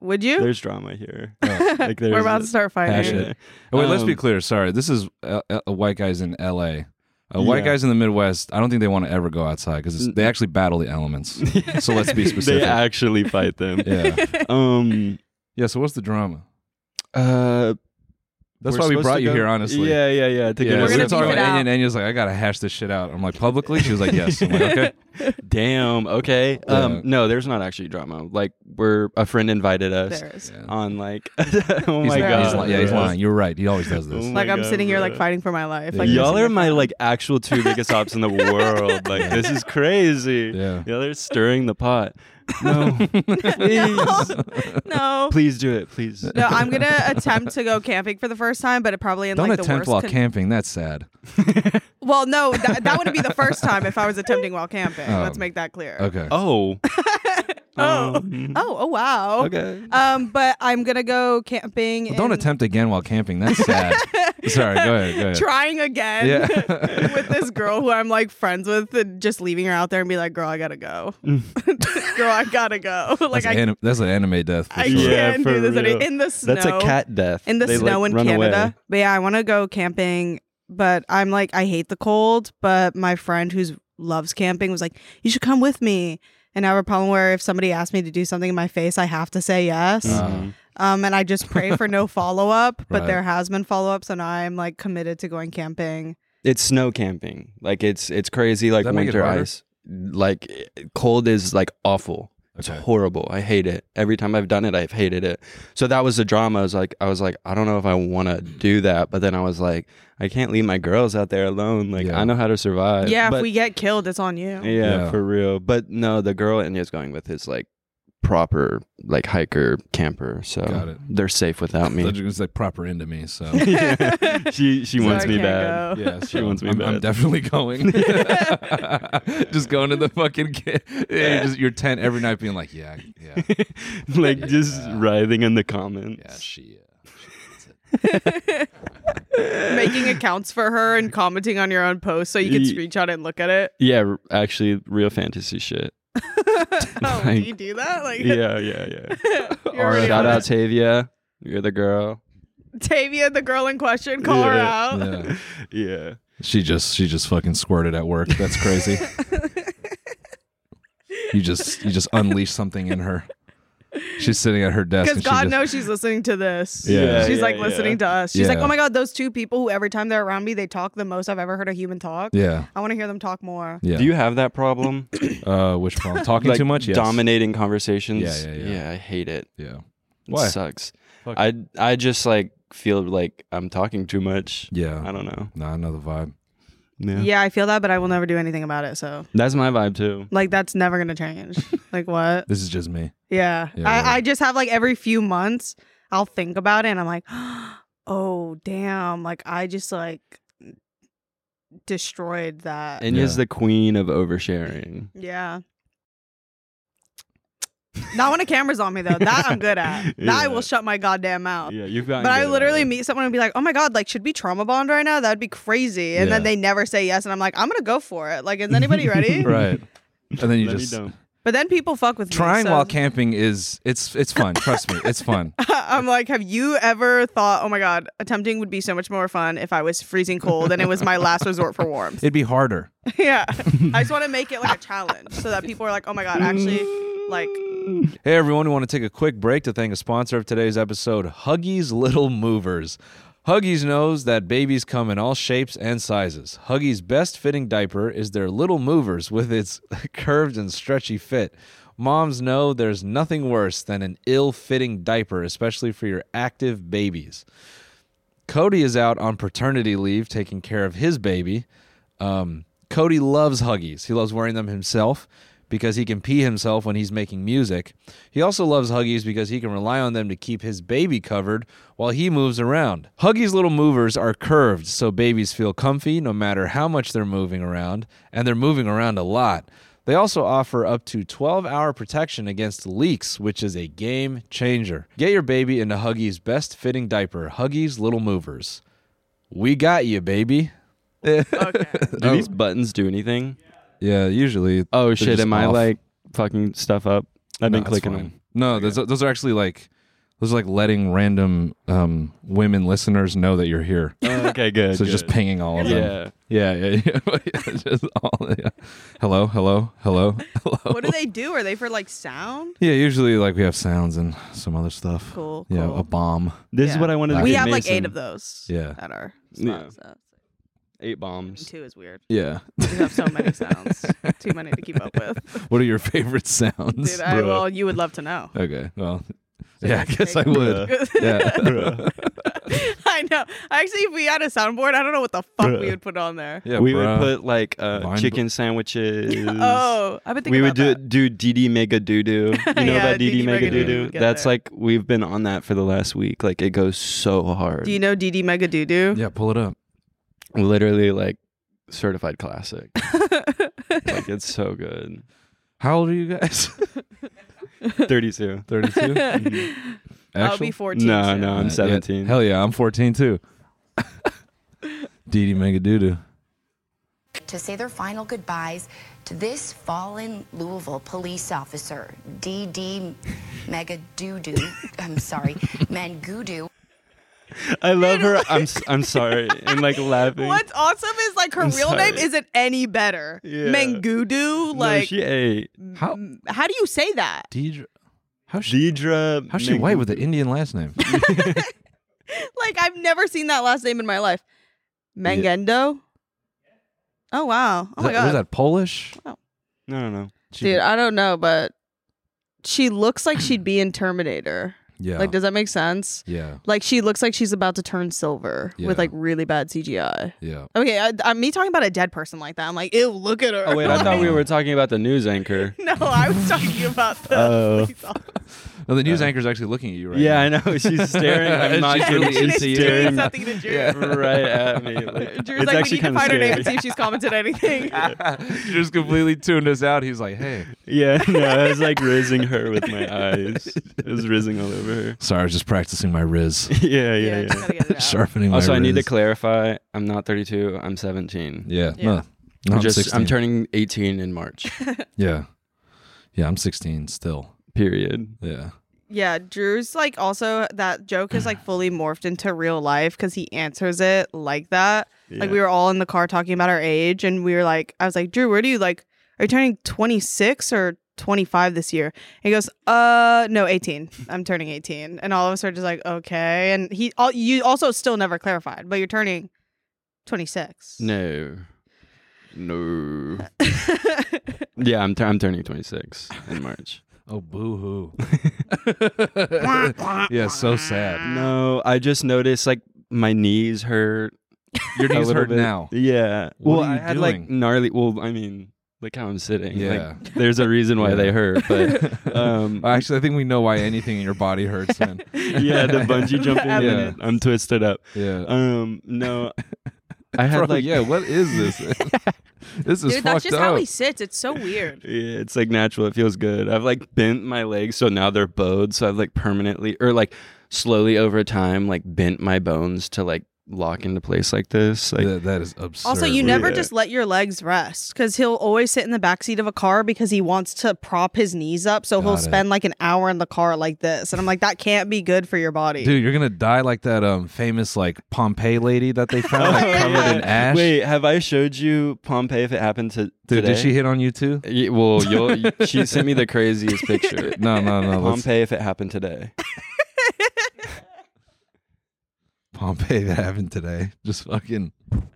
B: Would you?
C: There's drama here. Like there's
B: We're about to start
A: Hash
B: fighting.
A: it. Oh, wait, let's be
C: Um,
A: clear. Sorry, this is uh, uh, white guys in L.A. Uh, White
C: Yeah.
A: guys in the Midwest. I don't think they want to ever go outside because they actually battle the elements. so let's be
C: They
A: specific.
C: actually fight them.
A: yeah.
C: Um.
A: Yeah. So what's the drama?
C: Uh.
A: That's
C: we're
A: why we
C: supposed
A: brought
C: to
A: you
C: go-
A: here, honestly.
C: Yeah, yeah, yeah. To
A: Yeah,
B: We're
C: get
A: we
B: gonna
C: us
A: were
C: in-
B: beef
A: talking
B: it
A: about
B: out.
A: Anya, and Anya's like, I gotta hash this shit out. I'm like, publicly? She was like, yes. I'm like, okay.
C: Damn. Okay. Um.
A: Yeah.
C: No, there's not actually drama. Like, we're a friend invited us
B: There is.
A: Yeah.
C: on like. oh my
A: he's,
C: god.
A: like- he's like- yeah, he's
C: bro.
A: lying. You're right. He always does this.
C: Oh my
B: Like I'm
C: God,
B: sitting here like
C: bro.
B: fighting for my life.
A: Yeah.
B: Like
C: Y'all
B: missing
C: are
B: my
C: my
B: phone.
C: like actual two biggest ops in the world. Like this is crazy.
A: Yeah.
C: Y'all are stirring the pot. No. please.
B: no.
C: Please do it, please.
B: No, I'm gonna attempt to go camping for the first time, but it probably in
A: Don't
B: like the
A: attempt
B: worst.
A: while
B: con-
A: camping. That's sad.
B: well, no, that, that wouldn't be the first time if I was attempting while camping.
A: Oh.
B: Let's make that clear.
A: Okay.
C: Oh.
B: Oh,
C: Um,
B: oh, oh, wow.
C: Okay.
B: Um, but I'm gonna go camping.
A: Well, don't
B: and
A: attempt again while camping. That's sad. Sorry. Go ahead. Go ahead.
B: Trying again
A: Yeah.
B: with this girl who I'm like friends with, and just leaving her out there and be like, "Girl, I gotta go. girl, I gotta go.
A: Mm.
B: like
A: that's, an
B: I,
A: anim- that's an anime death. For
B: I
A: sure.
C: Yeah,
B: can't
C: for
B: do this any-
C: real.
B: in the snow.
C: That's a cat death.
B: in the
C: They, like,
B: snow in
C: run
B: Canada.
C: away.
B: But yeah, I want to go camping, but I'm like, I hate the cold. But my friend who's loves camping was like, you should come with me. And I have a problem where if somebody asks me to do something in my face, I have to say yes.
A: Mhm.
B: Um, and I just pray for no follow up, but
A: Right.
B: there has been follow ups, and I'm like committed to going camping.
C: It's snow camping. Like it's it's crazy like
A: that make it
C: winter
A: harder?
C: ice. Like i- cold is like awful. It's
A: Okay.
C: horrible. I hate it. Every time I've done it, I've hated it. So that was the drama. I was like, I was like, I don't know if I want to do that. But then I was like, I can't leave my girls out there alone. Like
A: Yeah.
C: I know how to survive.
B: yeah,
C: But-
B: if we get killed, it's on you.
C: yeah,
A: Yeah.
C: for real. But no, the girl India's going with is like proper like hiker camper. So
A: Got it.
C: they're safe without me.
A: It's like proper into me. So
C: Yeah. she she
B: So
C: wants
B: I
C: me
B: can't
C: bad.
B: go.
A: yeah,
C: She
A: so
C: wants me
A: I'm, I'm
C: bad.
A: definitely going. just going to the fucking ca- yeah, just your tent every night, being like, yeah, yeah,
C: like just
A: Yeah.
C: writhing in the comments.
A: yeah, she. Uh,
B: Making accounts for her and commenting on your own post so you can
C: Ye-
B: screenshot it and look at it.
C: Yeah, r- actually, real fantasy shit.
B: Oh, do
C: Like-
B: you do that? Like,
C: yeah, yeah, yeah.
B: you're already
C: Shout
B: on
C: out
B: it.
C: Tavia, you're the girl.
B: Tavia, the girl in question, call her
C: Yeah.
B: out.
A: yeah.
C: Yeah,
A: She just she just fucking squirted at work. That's crazy. you just you just unleash something in her. She's sitting at her desk.
B: Because
A: And she
B: God
A: just,
B: knows she's listening to this.
A: Yeah.
B: She's
C: Yeah,
B: like
C: yeah.
B: listening to us. She's like,
A: Yeah.
B: oh my God, those two people who every time they're around me, they talk the most I've ever heard a human talk.
A: Yeah.
B: I want to hear them talk more.
A: Yeah.
C: Do you have that problem?
A: uh, which problem? Talking
C: Like,
A: too much. Yes.
C: Dominating conversations.
A: Yeah, yeah, yeah.
C: I hate it.
A: Yeah.
C: It
A: Why?
C: sucks.
A: Fuck.
C: I I just like feel like I'm talking too much.
A: Yeah.
C: I don't know.
A: No, I know the vibe.
C: Yeah.
B: Yeah, I feel that, but I will never do anything about it. So,
C: That's my vibe too.
B: like, that's never going to change. like, what?
A: This is just me.
B: Yeah.
A: Yeah.
B: I, I just have like every few months, I'll think about it and I'm like, oh, damn. Like, I just like destroyed that.
C: Anya's
A: Yeah.
C: the queen of oversharing.
B: Yeah. Not when a camera's on me though. That I'm good at. That I
C: Yeah.
B: will shut my goddamn mouth.
C: Yeah, you've got.
B: Uh, But I literally meet someone and be like, "Oh my god, like should we trauma bond right now? That'd be crazy." And then
A: Yeah.
B: they never say yes, and I'm like, "I'm gonna go for it." Like, is anybody ready?
A: Right. And then you
C: Let me
A: just
C: dump.
B: But then people fuck with
A: trying
B: me, so
A: while camping is it's it's fun. Trust me, it's fun.
B: I'm like, "Have you ever thought, oh my god, attempting would be so much more fun if I was freezing cold and it was my last resort for warmth?"
A: It'd be harder.
B: yeah, I just want to make it like a challenge so that people are like, "Oh my god, actually, like."
A: Hey everyone, we want to take a quick break to thank a sponsor of today's episode, Huggies Little Movers. Huggies knows that babies come in all shapes and sizes. Huggies' best fitting diaper is their Little Movers with its curved and stretchy fit. Moms know there's nothing worse than an ill fitting diaper, especially for your active babies. Cody is out on paternity leave taking care of his baby. Um, Cody loves Huggies. He loves wearing them himself because he can pee himself when he's making music. He also loves Huggies because he can rely on them to keep his baby covered while he moves around. Huggies' little movers are curved so babies feel comfy no matter how much they're moving around, and they're moving around a lot. They also offer up to 12 hour protection against leaks, which is a game changer. Get your baby into Huggies' best fitting diaper, Huggies Little Movers. We got you, baby.
C: Do
A: Oh.
C: these buttons do anything?
A: Yeah, usually.
C: Oh
A: they're
C: shit!
A: just
C: Am I
A: off.
C: like fucking stuff up?
A: No,
C: I've been
A: that's
C: clicking
A: fine.
C: them.
A: No, those, those are actually like those are like letting random um, women listeners know that you're here.
C: okay, Oh, good.
A: so just pinging all of them.
C: Yeah.
A: Yeah, yeah, yeah. It's just all, yeah. Hello, hello, hello, hello.
B: What do they do? Are they for like sound?
A: Yeah, usually like we have sounds and some other stuff.
B: Cool,
A: Yeah,
B: cool.
A: a bomb.
C: This is
B: Yeah.
C: what I wanted. to
B: we
C: get
B: have like
C: Mason.
B: eight of those.
A: Yeah.
B: At our
C: Yeah.
B: spots. so
C: Eight bombs.
B: Two is weird.
A: Yeah.
B: We have so many sounds. Too many to keep up with.
A: What are your favorite sounds?
B: Dude, I,
C: Bruh.
B: well, you would love to know.
A: okay. Well, yeah, I
B: that's
A: guess I
B: great.
A: would. Yeah.
B: I know. Actually, if we had a soundboard, I don't know what the fuck we
C: Bruh.
B: would put on there.
A: yeah
C: we
A: bruh.
C: would put like
A: Vine
C: uh,
A: bu-
C: chicken sandwiches.
B: Oh, I've been thinking
C: we would
B: about
C: do
B: that.
C: do DD Mega Doo Doo. You know
B: Yeah,
C: about DD,
B: DD
C: Mega
B: Mega
C: Doo
B: Doo
C: Doo?
B: Doo. Get
C: That's
B: there.
C: like we've been on that for the last week. Like it goes so hard.
B: Do you know DD Mega Doo Doo?
A: Yeah, pull it up.
C: Literally like certified classic. like it's so good.
A: How old are you guys?
C: Thirty two.
A: 32?
B: I'll
A: Mm-hmm. Actual?
B: be 14.
C: No,
B: soon.
C: no, I'm
A: Uh, yeah.
C: seventeen.
A: Hell yeah, I'm 14 too. Dee Dee Mega Doo Doo.
H: to say their final goodbyes to this fallen Louisville police officer, D.D. Megadoodoo, I'm sorry, Mangudu.
C: I love her. I'm s- I'm sorry. I'm like laughing.
B: What's awesome is like her
C: I'm
B: real name
C: sorry.
B: isn't any better.
C: Yeah.
B: Mangudu,
C: Like
B: like
C: she ate.
A: How
B: how do you say that?
A: Deidre, how's she,
C: Deidre.
A: how's she white with an Indian last
C: Oh
A: name?
B: Like I've never seen that last name in my life. Mangendo? Oh wow. Oh
A: Is
B: my
A: that,
B: god.
A: Was that Polish?
C: No, no, no.
A: She-
B: Dude, I don't know, but she looks like she'd be in Terminator.
A: yeah.
B: Like does that make sense?
A: yeah.
B: Like she looks like she's about to turn silver
A: Yeah.
B: with like really bad CGI.
A: Yeah.
B: Okay, I, I'm me talking about a dead person like that. I'm like, ew, look at her.
C: Oh wait, I thought we were talking about the news anchor.
B: no, I was talking about the.
C: Oh.
B: police officer.
A: No, the news anchor's actually looking at you right
C: yeah,
A: now.
C: I know. She's staring. I'm
A: She's
C: not
A: really
C: kidding.
A: into
C: She's
A: you.
C: staring
B: something to Drew.
C: right at me. Like,
B: Drew's like, we need to
C: kinda
B: find her name
C: scary.
B: and see if she's commented anything.
A: she just completely tuned us out. He's like, hey.
C: Yeah, no, I was like raising her with my eyes. It was rizzing all over her.
A: Sorry, I was just practicing my riz.
C: Yeah, yeah,
B: just
C: yeah.
B: gotta get it out.
A: Sharpening my
C: Also, I need to
A: riz.
C: clarify. I'm not 32. I'm 17.
A: Yeah.
B: Yeah.
A: No. No, I'm
C: just
A: 16.
C: I'm turning 18 in March.
A: Yeah. Yeah, I'm 16 still.
C: Period.
A: Yeah.
B: Yeah, Drew's like also that joke is like fully morphed into real life because he answers it like that. Like we were all in the car talking about our age, and we were like, I was like, Drew, where do you like? Are you turning 26 or 25 this year? And he goes, Uh, no, 18. I'm turning 18, and all of us are just like, okay. And he, all you also still never clarified, but you're turning 26.
C: No. No. yeah, I'm, t- I'm turning 26 in March.
A: Oh, boo hoo. yeah, so sad.
C: No, I just noticed like my knees hurt.
A: Your
C: a
A: knees
C: little
A: hurt
C: bit.
A: now.
C: Yeah.
A: What
C: well,
A: are you
C: I had like
A: doing?
C: gnarly. Well, I mean, look how I'm sitting.
A: Yeah.
C: Like, there's a reason why
A: Yeah.
C: they hurt, but um,
A: Actually, I think we know why anything in your body hurts, man.
C: yeah, the bungee jumping.
A: evidence.
C: I'm twisted up.
A: Yeah.
C: Um, no, I had
A: Bro,
C: like
A: yeah, what is this? this is
B: Dude,
A: fucked
B: that's just
A: up.
B: how he sits. It's so weird.
C: Yeah, it's like natural. It feels good. I've like bent my legs, so now they're bowed. So I've like permanently or like slowly over time, like bent my bones to like lock into place like this. Like,
A: That- that is absurd.
B: Also, you never
C: Yeah.
B: just let your legs rest because he'll always sit in the backseat of a car because he wants to prop his knees up. So he'll
A: Got it.
B: spend like an hour in the car like this. And I'm like, that can't be good for your body.
A: Dude, you're gonna die like that um famous like Pompeii lady that they found like, covered in ash.
C: Oh Wait, have I showed you Pompeii? If it happened to
A: Dude,
C: today?
A: did she hit on you too?
C: Ye- Well, you'll, she sent me the craziest picture.
A: No, no, no. let's-
C: Pompeii, if it happened today.
A: Pompeii that happened today. Just fucking.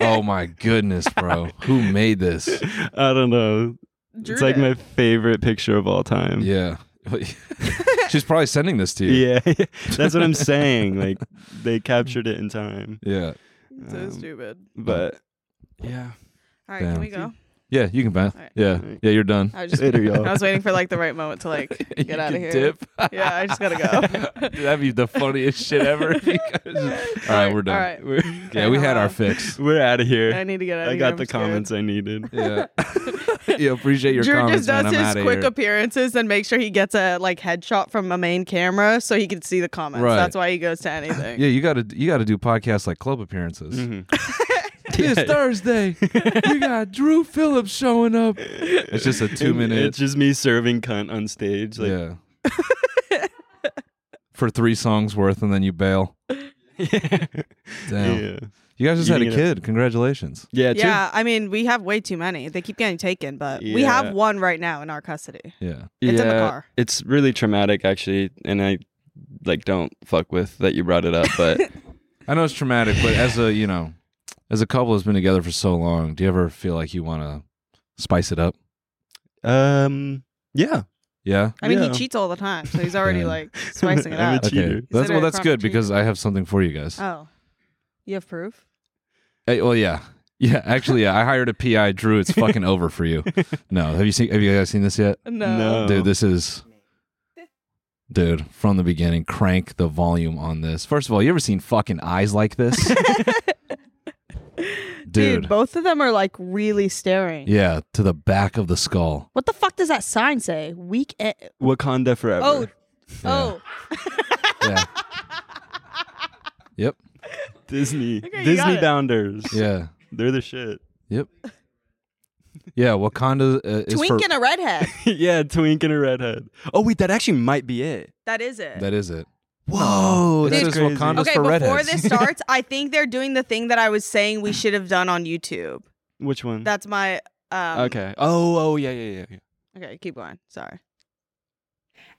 A: oh my goodness, bro! Who made this?
C: I don't know.
B: Drew
C: it's like
B: did.
C: my favorite picture of all time.
A: Yeah, she's probably sending this to you.
C: Yeah. That's what I'm saying. Like they captured it in time.
A: yeah,
B: so
C: Um,
B: stupid.
C: But yeah.
B: All right,
A: damn.
B: can we go?
A: yeah. You can bet.
B: All right.
A: Yeah, yeah. You're done.
B: I was just
C: Later, y'all.
B: I was waiting for like the right moment to like
A: You
B: get out of
A: can
B: here.
A: Dip.
B: Yeah, I just gotta go.
A: That'd be the funniest shit ever. if you guys just- all right, we're done.
B: All right.
C: We're,
A: Yeah, we had our
B: hello.
A: fix.
C: we're out of
B: I
C: here.
B: need to get out.
C: I got the comments I needed.
A: Yeah, yeah. Appreciate your
B: Drew
A: comments,
B: just does
A: man. I'm
B: his
A: outta
B: quick
A: here.
B: appearances and make sure he gets a like headshot from a main camera so he can see the comments.
A: Right.
B: That's why he goes to anything.
A: Yeah, you gotta you gotta do podcasts like club appearances.
C: Mhm.
A: This Thursday, you got Drew Phillips showing up. It's just a two
C: And
A: minute,
C: It's just me serving cunt on stage. Like
A: yeah, for three songs worth, and then you bail.
C: yeah.
A: Damn,
C: yeah.
A: you guys just had a
C: Eating it up.
A: kid. Congratulations.
C: Yeah, too.
B: Yeah, I mean, we have way too many. They keep getting taken, but we
C: Yeah.
B: have one right now in our custody.
A: Yeah,
B: It's in the
C: Yeah,
B: car.
C: It's really traumatic actually, and I like don't fuck with that you brought it up, but
A: I know it's traumatic, but as a you know, as a couple that's been together for so long, do you ever feel like you want to spice it up?
C: um yeah.
A: Yeah.
B: I mean,
C: Yeah.
B: he cheats all the time, so he's already
A: Yeah.
B: like spicing it
C: I'm a
B: up.
C: cheat. Cheater.
A: Okay. That's
B: Consider
A: well.
B: it
A: That's
B: chronic
A: good
B: cheating.
A: because I have something for you guys.
B: Oh, you have proof?
A: Hey, well, yeah, yeah. Actually, yeah. I hired a PI. Drew, it's fucking over for you. No, have you seen? Have you guys seen this yet,
B: No.
C: No.
A: dude? This is, dude, from the beginning. Crank the volume on this. First of all, you ever seen fucking eyes like this,
B: Dude,
A: dude?
B: both of them are like really staring.
A: yeah, to the back of the skull.
B: What the fuck does that sign say? Weak. E-
C: Wakanda forever.
B: oh,
A: Yeah.
B: oh.
A: Yeah. yep.
C: Disney.
B: Okay, you got
C: Disney
B: it.
C: bounders.
A: Yeah.
C: They're the shit.
A: Yep. Yeah, Wakanda uh, is
B: Twink
A: for
B: and a redhead.
C: yeah, twink and a redhead. Oh wait, that actually might be it.
B: That is it.
A: that is it.
C: Whoa,
A: That is Wakanda
B: okay,
A: for
B: before
A: redheads.
B: this starts, I think they're doing the thing that I was saying we should have done on YouTube.
C: Which one?
B: That's my. Um,
C: okay. Oh, oh yeah, yeah, yeah. yeah.
B: Okay, keep going. Sorry.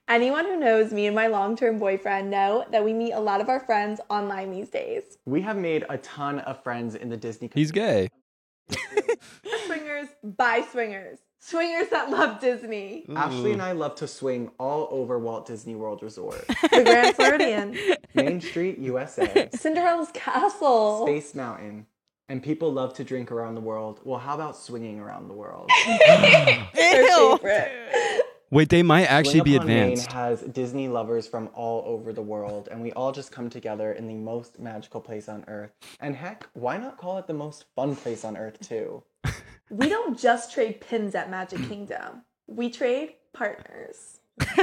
I: Anyone who knows me and my long term boyfriend know that we meet a lot of our friends online these days.
J: We have made a ton of friends in the Disney.
C: He's gay.
I: Swingers by swingers. Swingers that love Disney.
J: Ashley and I love to swing all over Walt Disney World Resort,
I: The Grand Floridian.
J: Main Street, USA,
I: Cinderella's Castle.
J: Space Mountain, and people love to drink around the world. Well, how about swinging around the world?
B: Ew.
C: Wait, they might actually
J: Swing
C: be
J: Upon Main
C: advanced.
J: has Disney lovers from all over the world, and we all just come together in the most magical place on earth. And heck, why not call it the most fun place on earth too?
I: We don't just trade pins at Magic Kingdom, we trade partners.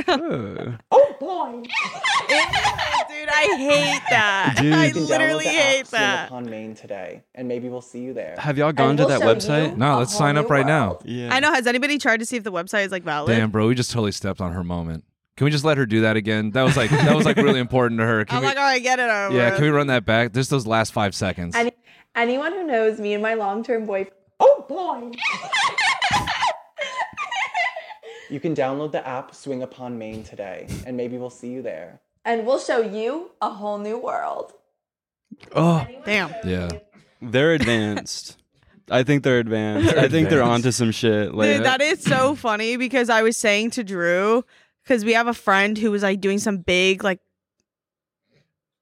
C: Oh.
J: Oh boy!
B: Dude, I hate that.
C: Dude.
B: I
C: You
J: You can
B: literally
J: download the
B: hate
J: app Swing
B: that.
J: Upon Maine today, and maybe we'll see you there.
C: Have y'all gone
I: And
C: to
I: we'll
C: that
I: show you
C: website?
A: No,
I: a
A: let's
I: whole
A: sign up
I: new
A: right now.
I: world.
C: Yeah.
B: I know. Has anybody tried to see if the website is like valid?
A: Damn, bro, we just totally stepped on her moment. Can we just let her do that again? That was like that was like really important to her. Can
B: I'm
A: we,
B: like, all right, get it over.
A: yeah, can we
B: with.
A: run that back? Just those last five seconds.
I: Any- anyone who knows me and my long term boyfriend.
J: Oh boy! you can download the app Swing Upon Maine today, and maybe we'll see you there.
I: And we'll show you a whole new world.
C: Oh,
B: Damn.
A: Yeah.
C: they're advanced. I think they're advanced. I think they're onto some shit. Like
B: Dude,
A: uh,
B: that is so funny because I was saying to Drew, because we have a friend who was like doing some big, like,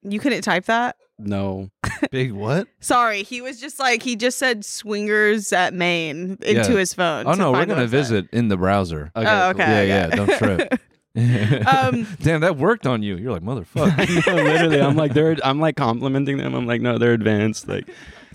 B: you couldn't type that?
C: no.
A: Big what?
B: Sorry. He was just like, he just said swingers at Maine into
A: Yeah.
B: his phone.
A: Oh
B: to
A: no, we're
B: find the
A: gonna
B: website.
A: visit in the browser.
B: Oh,
C: cool.
B: okay.
A: Yeah, yeah,
B: okay.
A: don't trip.
B: Um,
A: Damn, that worked on you. You're like motherfucker.
C: no, literally, I'm like they're. I'm like complimenting them. I'm like, no, they're advanced. Like,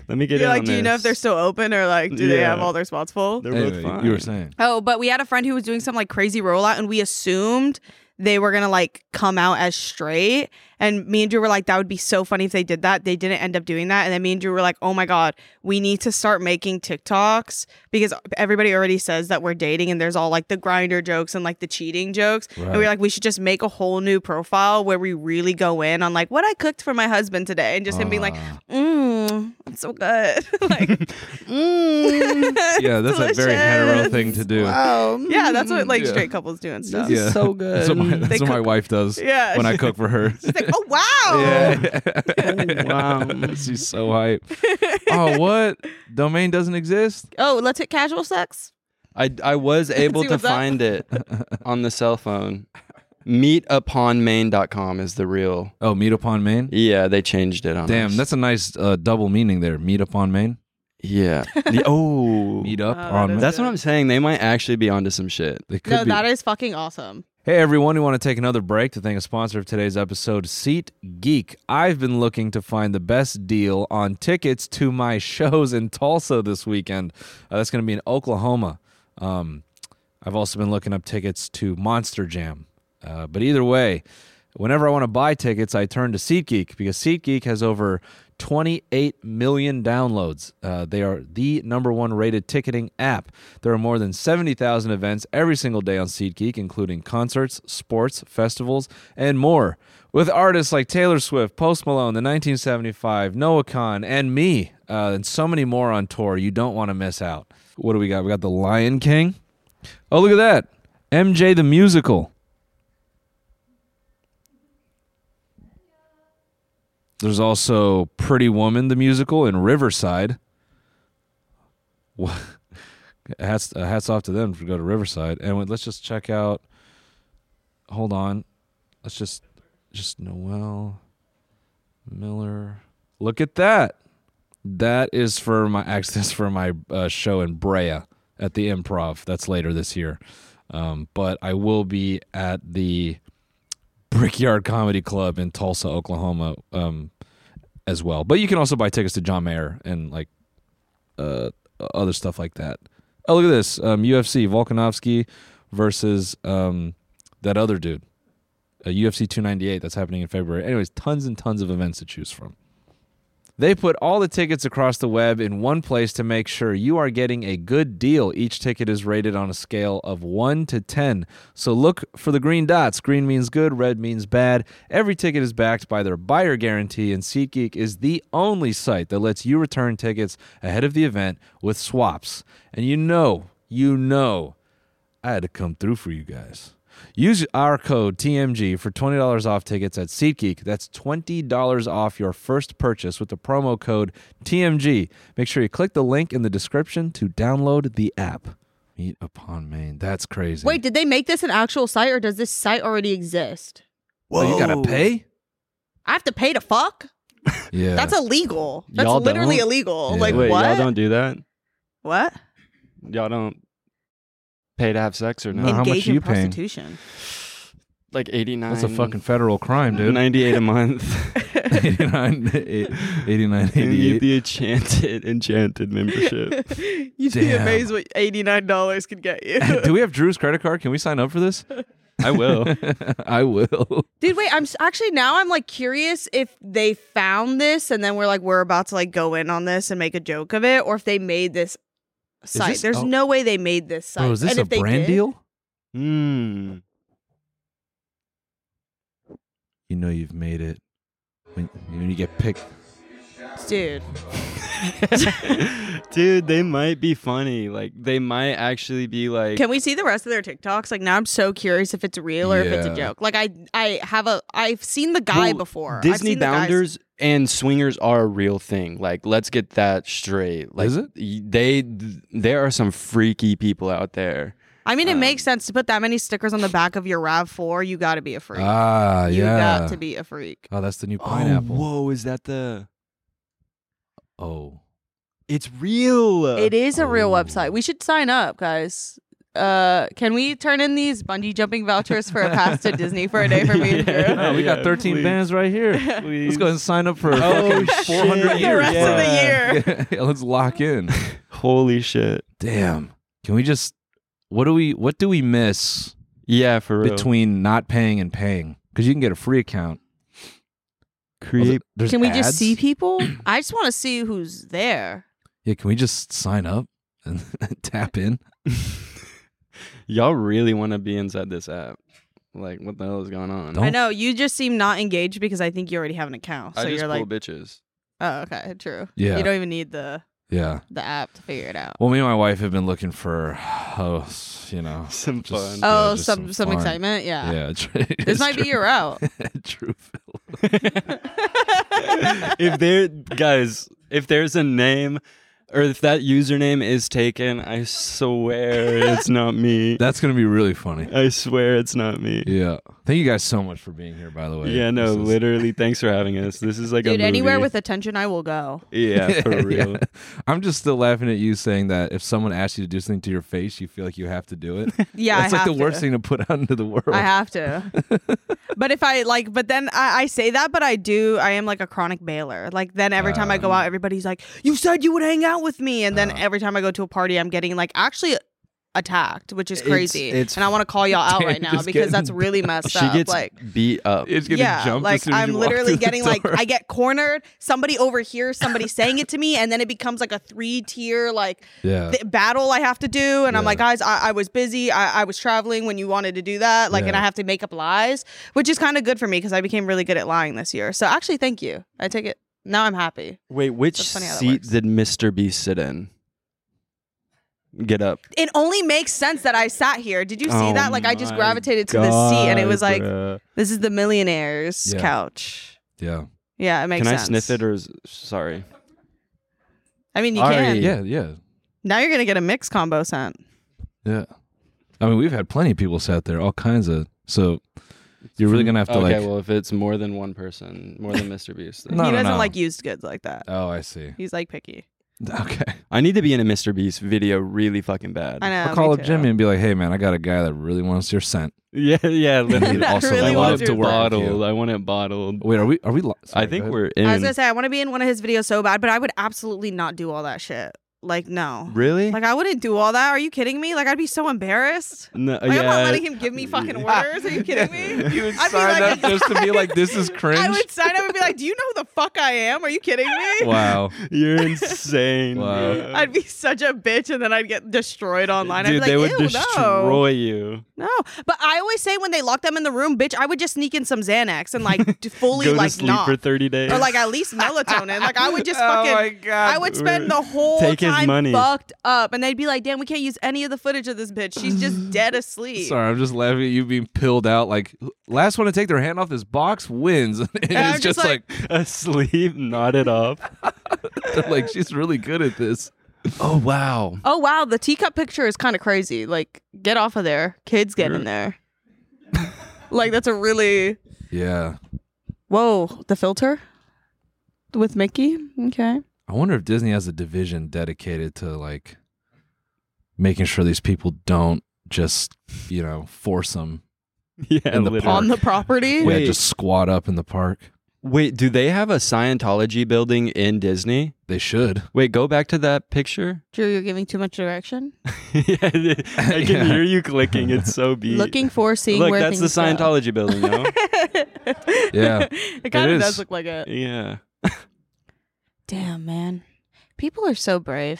C: let me get
B: You're
C: in
B: like,
C: on
B: do you know if
C: this."
B: they're still open or like, do they
C: Yeah.
B: have all their spots full?
C: They're both
A: Anyway,
C: fine.
A: you were saying.
B: Oh, but we had a friend who was doing some like crazy rollout, and we assumed they were gonna like come out as straight. And me and Drew were like, that would be so funny if they did that. They didn't end up doing that. And then me and Drew were like, oh my god, we need to start making TikToks because everybody already says that we're dating, and there's all like the grinder jokes and like the cheating jokes. And we
A: Right.
B: were like, we should just make a whole new profile where we really go in on like what I cooked for my husband today, and just him being like,
A: Ah.
B: mm, mm, it's so good. like, mm, um,
A: yeah, that's a very hetero thing to do.
B: Yeah, that's what like
A: Yeah.
B: straight couples do and stuff.
A: yeah. That's what my, that's
B: They
A: what my
B: cook-
A: wife does
B: Yeah,
A: when I
B: she-
A: cook for her.
B: She's "Oh." like, oh wow.
A: wow. She's so hype. oh, what? Domain doesn't exist?
B: Oh, let's hit casual sex.
C: I, I was able
B: See
C: to
B: what's up.
C: find it on the cell phone. Meetuponmain.com is the real.
A: Oh, Meet Upon Maine?
C: Yeah, they changed it on
A: Damn,
C: us.
A: that's a nice uh, double meaning there. Meet Upon Maine?
C: Yeah. The- oh.
A: Meet up
B: Oh, that
A: on
B: is
A: Maine.
C: That's what I'm saying. They might actually be onto some shit.
A: They could
B: No,
A: be.
B: that is fucking awesome.
A: Hey everyone, we want to take another break to thank a sponsor of today's episode, Seat Geek. I've been looking to find the best deal on tickets to my shows in Tulsa this weekend. Uh, that's going to be in Oklahoma. Um, I've also been looking up tickets to Monster Jam. Uh, but either way, whenever I want to buy tickets, I turn to SeatGeek because SeatGeek has over 28 million downloads. Uh, they are the number one rated ticketing app. There are more than 70,000 events every single day on SeatGeek, including concerts, sports, festivals, and more. With artists like Taylor Swift, Post Malone, The 1975, Noah Kahn, and me, uh, and so many more on tour. You don't want to miss out. What do we got? We got The Lion King. Oh, look at that. MJ the Musical. There's also Pretty Woman the Musical in Riverside. Wha- Hats, uh, hats off to them for go to Riverside. And wait, let's just check out. Hold on. Let's just. Just Noel Miller. Look at that. That is for my access for my uh, show in Brea at the Improv. That's later this year, um, but I will be at the Brickyard Comedy Club in Tulsa, Oklahoma, um, as well. But you can also buy tickets to John Mayer and like uh, other stuff like that. Oh, look at this um, UFC Volkanovski versus um, that other dude, uh, UFC 298. That's happening in February. Anyways, tons and tons of events to choose from. They put all the tickets across the web in one place to make sure you are getting a good deal. Each ticket is rated on a scale of 1 to 10. So look for the green dots. Green means good, red means bad. Every ticket is backed by their buyer guarantee, and SeatGeek is the only site that lets you return tickets ahead of the event with swaps. And you know, you know, I had to come through for you guys. Use our code TMG for $20 off tickets at SeatGeek. That's $20 off your first purchase with the promo code TMG. Make sure you click the link in the description to download the app. Meet upon Maine. That's crazy.
B: Wait, did they make this an actual site or does this site already exist?
A: Whoa. Oh, you gotta
G: Whoa.
A: pay?
B: I have to pay to fuck?
A: Yeah.
B: That's illegal. That's
C: Y'all
B: literally
C: don't?
B: illegal.
A: Yeah.
B: Like
C: Wait,
B: what?
C: y'all don't do that?
B: what?
C: Y'all don't pay to have sex or no?
A: No. how much
B: Engage
A: are you
B: in
A: paying?
B: prostitution.
C: Like 89.
A: That's a fucking federal crime, dude.
C: 98 a month.
A: 89, eight- 89,
C: and you get
A: 88.
C: the enchanted, enchanted membership.
B: You'd be
A: Damn.
B: amazed what eighty nine dollars could get you.
A: Do we have Drew's credit card? Can we sign up for this?
C: I will.
A: I will.
B: Dude, wait, I'm s- actually now I'm like curious if they found this and then we're like we're about to like go in on this and make a joke of it or if they made this site.
A: this-
B: There's
A: oh.
B: no way they made this site.
A: Bro, is this
B: and
A: a
B: if they
A: brand
B: did-
A: deal?
C: Hmm.
A: You know you've made it. When, when you get picked.
B: Dude.
C: Dude, they might be funny. Like they might actually be like
B: Can we see the rest of their TikToks? Like now I'm so curious if it's real or if it's a
A: Yeah.
B: joke. Like I I have a I've seen the guy
C: Well,
B: before. I've
C: Disney
B: seen the guys-
C: bounders and swingers are a real thing. Like let's get that straight. Like
A: Is it?
C: y- they th- there are some freaky people out there.
B: I mean, it
A: um,
B: makes sense to put that many stickers on the back of your Rav Four. You got to be a freak.
A: Ah,
B: you
A: yeah.
B: got to be a freak.
A: Oh, that's the new pineapple.
C: whoa, is that the
A: Oh,
C: It's real.
B: It is a real
A: Oh.
B: website. We should sign up, guys. Uh, can we turn in these bungee jumping vouchers for a pass to Disney for a day for me and Drew?
A: No, we got
C: Yeah,
A: 13
C: please.
A: bands right here. Let's go ahead and sign up for
C: Oh,
A: fucking 400
C: shit.
B: The
A: years.
B: rest of the year.
A: bro. Yeah, Let's lock in.
C: Holy shit.
A: Damn. Can we just what do we what do we miss
C: Yeah, for real.
A: between not paying and paying? Because you can get a free account. Oh, th-
C: create
A: there's
B: Can we just
A: ads?
B: see people? I just want to see who's there.
A: Yeah, can we just sign up and tap in?
C: Y'all really want to be inside this app. Like what the hell is going on?
A: Don't-
B: I know you just seem not engaged because I think you already have an account. So
C: I just
B: you're
C: pull
B: like,
C: bitches.
B: Oh, okay, true.
A: Yeah.
B: You don't even need the
A: Yeah.
B: the app to figure it out.
A: Well, me and my wife have been looking for, oh, s- you know,
C: Some fun.
B: Oh,
A: just
B: some- some
A: fun.
B: excitement? Yeah.
A: Yeah. tr-
B: This might be
A: true.
B: your route.
A: true.
B: Oh.
C: if there guys, if there's a name or if that username is taken, I swear it's not me.
A: That's gonna be really funny.
C: I swear it's not me.
A: Yeah. Thank you guys so much for being here. By the way.
C: Yeah, no,
A: This is-
C: literally. Thanks for having us. This is like a
B: Dude,
C: movie.
B: anywhere with attention, I will go.
C: yeah, for real.
A: I'm just still laughing at you saying that if someone asks you to do something to your face, you feel like you have to do it.
B: Yeah, I
A: That's like
B: have
A: the worst
B: to.
A: thing to put out into the world.
B: I have to. but if I like, but then I, I say that, but I do. I am like a chronic bailer. Like then every time I go
A: Um.
B: out, everybody's like, "You said you would hang out with me," and
A: Uh.
B: then every time I go to a party, I'm getting like actually attacked, which is
C: It's-
B: crazy.
C: it's-
B: and I want to call y'all out right
A: Damn,
B: now
A: just
B: because that's
A: getting-
B: really messed
C: She
B: up.
C: gets
B: like.
C: beat up.
A: It's getting jumped.
B: like
A: as soon as
B: I'm
A: you walk
B: literally
A: through the
B: getting like
A: door.
B: I get cornered. Somebody over here, somebody saying it to me, and then it becomes like a three tier like
A: Yeah.
B: th- battle I have to do. And I'm
A: Uh, Yeah.
B: like, guys, I, I was busy. I-, I was traveling when you wanted to do that. Like, and
A: Yeah.
B: I have to make up lies, which is kind of good for me because I became really good at lying this year. So actually, thank you. I take it. Now I'm happy.
C: Wait, which
B: That's funny how that
C: seat
B: works.
C: did Mr. B sit in? Get up.
B: It only makes sense that I sat here. Did you see
C: Oh
B: that? Like, I just
C: my
B: gravitated to this seat, and it
C: God,
B: was like,
C: bruh.
B: this is the millionaire's
A: Yeah.
B: couch.
A: yeah.
B: Yeah, it makes
C: Can I
B: sense.
C: sniff it or is, sorry?
B: I mean, you
C: Ari.
B: can.
A: Yeah. Yeah.
B: Now you're gonna get a mixed combo scent.
A: Yeah. I mean, we've had plenty of people sat there, all kinds of. So you're really gonna have to
C: okay,
A: like.
C: well, if it's more than one person, more than Mr. Beast. then-
A: No,
B: he
A: no,
B: doesn't
A: no.
B: like used goods like that.
A: oh, I see.
B: He's like picky.
A: Okay.
C: I need to be in a Mr. Beast video really fucking bad.
B: I know.
A: I'll call
B: me
A: up
B: too.
A: Jimmy and be like, "Hey, man, I got a guy that really wants your scent.
C: Yeah, yeah. Literally.
B: That
A: also
B: really
C: I
A: love
C: want
B: wants
C: it
A: to
B: your
A: work with you.
C: bottled. I want it bottled.
A: Wait, are we? Are we? Lo-
C: I
A: Sorry,
C: think
A: go ahead.
C: we're in.
B: I was gonna say I want to be in one of his videos so bad, but I would absolutely not do all that shit. Like no,
C: really?
B: like I wouldn't do all that. Are you kidding me? Like I'd be so embarrassed.
C: no,
B: Like I'm not
C: yeah.
B: letting him give me fucking orders. Are you kidding me?
A: You would
B: I'd be
A: sign
B: like-
A: up just to be like, "This is cringe."
B: I would sign up and be like, "Do you know who the fuck I am? Are you kidding me?"
A: wow.
C: You're insane.
A: Wow.
C: bro.
B: I'd be such a bitch, and then I'd get destroyed online.
C: Dude,
B: I'd be
C: they
B: like,
C: would
B: "Ew, no."
C: destroy you.
B: No, but I always say when they lock them in the room, bitch, I would just sneak in some Xanax and like d- fully
C: Go to
B: like
C: sleep
B: knock.
C: for 30 days.
B: or like at least melatonin. Like I would just
A: Oh
B: fucking,
A: my God.
B: I would spend the whole
C: Take his
B: time
C: money.
B: fucked up, and they'd be like, "Damn, we can't use any of the footage of this bitch. She's just dead asleep."
A: Sorry, I'm just laughing at you being pilled out. Like last one to take their hand off this box wins. and it's
B: I'm
A: just,
B: just
A: like,
B: like-
C: asleep, nodded off.
A: they're like she's really good at this.
C: Oh wow.
B: Oh wow, the teacup picture is kind of crazy. Like, get off of there. Kids get in there. like that's a really
A: Yeah.
B: whoa. The filter with Mickey. Okay.
A: I wonder if Disney has a division dedicated to like making sure these people don't just, you know, force them.
C: Yeah,
A: In the
C: literally.
A: park.
B: On the property.
A: Yeah,
C: Wait.
A: just squat up in the park.
C: Wait, do they have a Scientology building in Disney?
A: They should.
C: Wait, go back to that picture.
B: Drew, you're giving too much direction.
C: yeah, I can
A: Yeah.
C: hear you clicking. It's so beat.
B: Looking for seeing
C: Look,
B: where
C: that's the
B: things go.
C: Scientology building, no?
A: Yeah.
B: it kind of
A: is.
B: does look like it.
C: yeah.
B: Damn, man. People are so brave.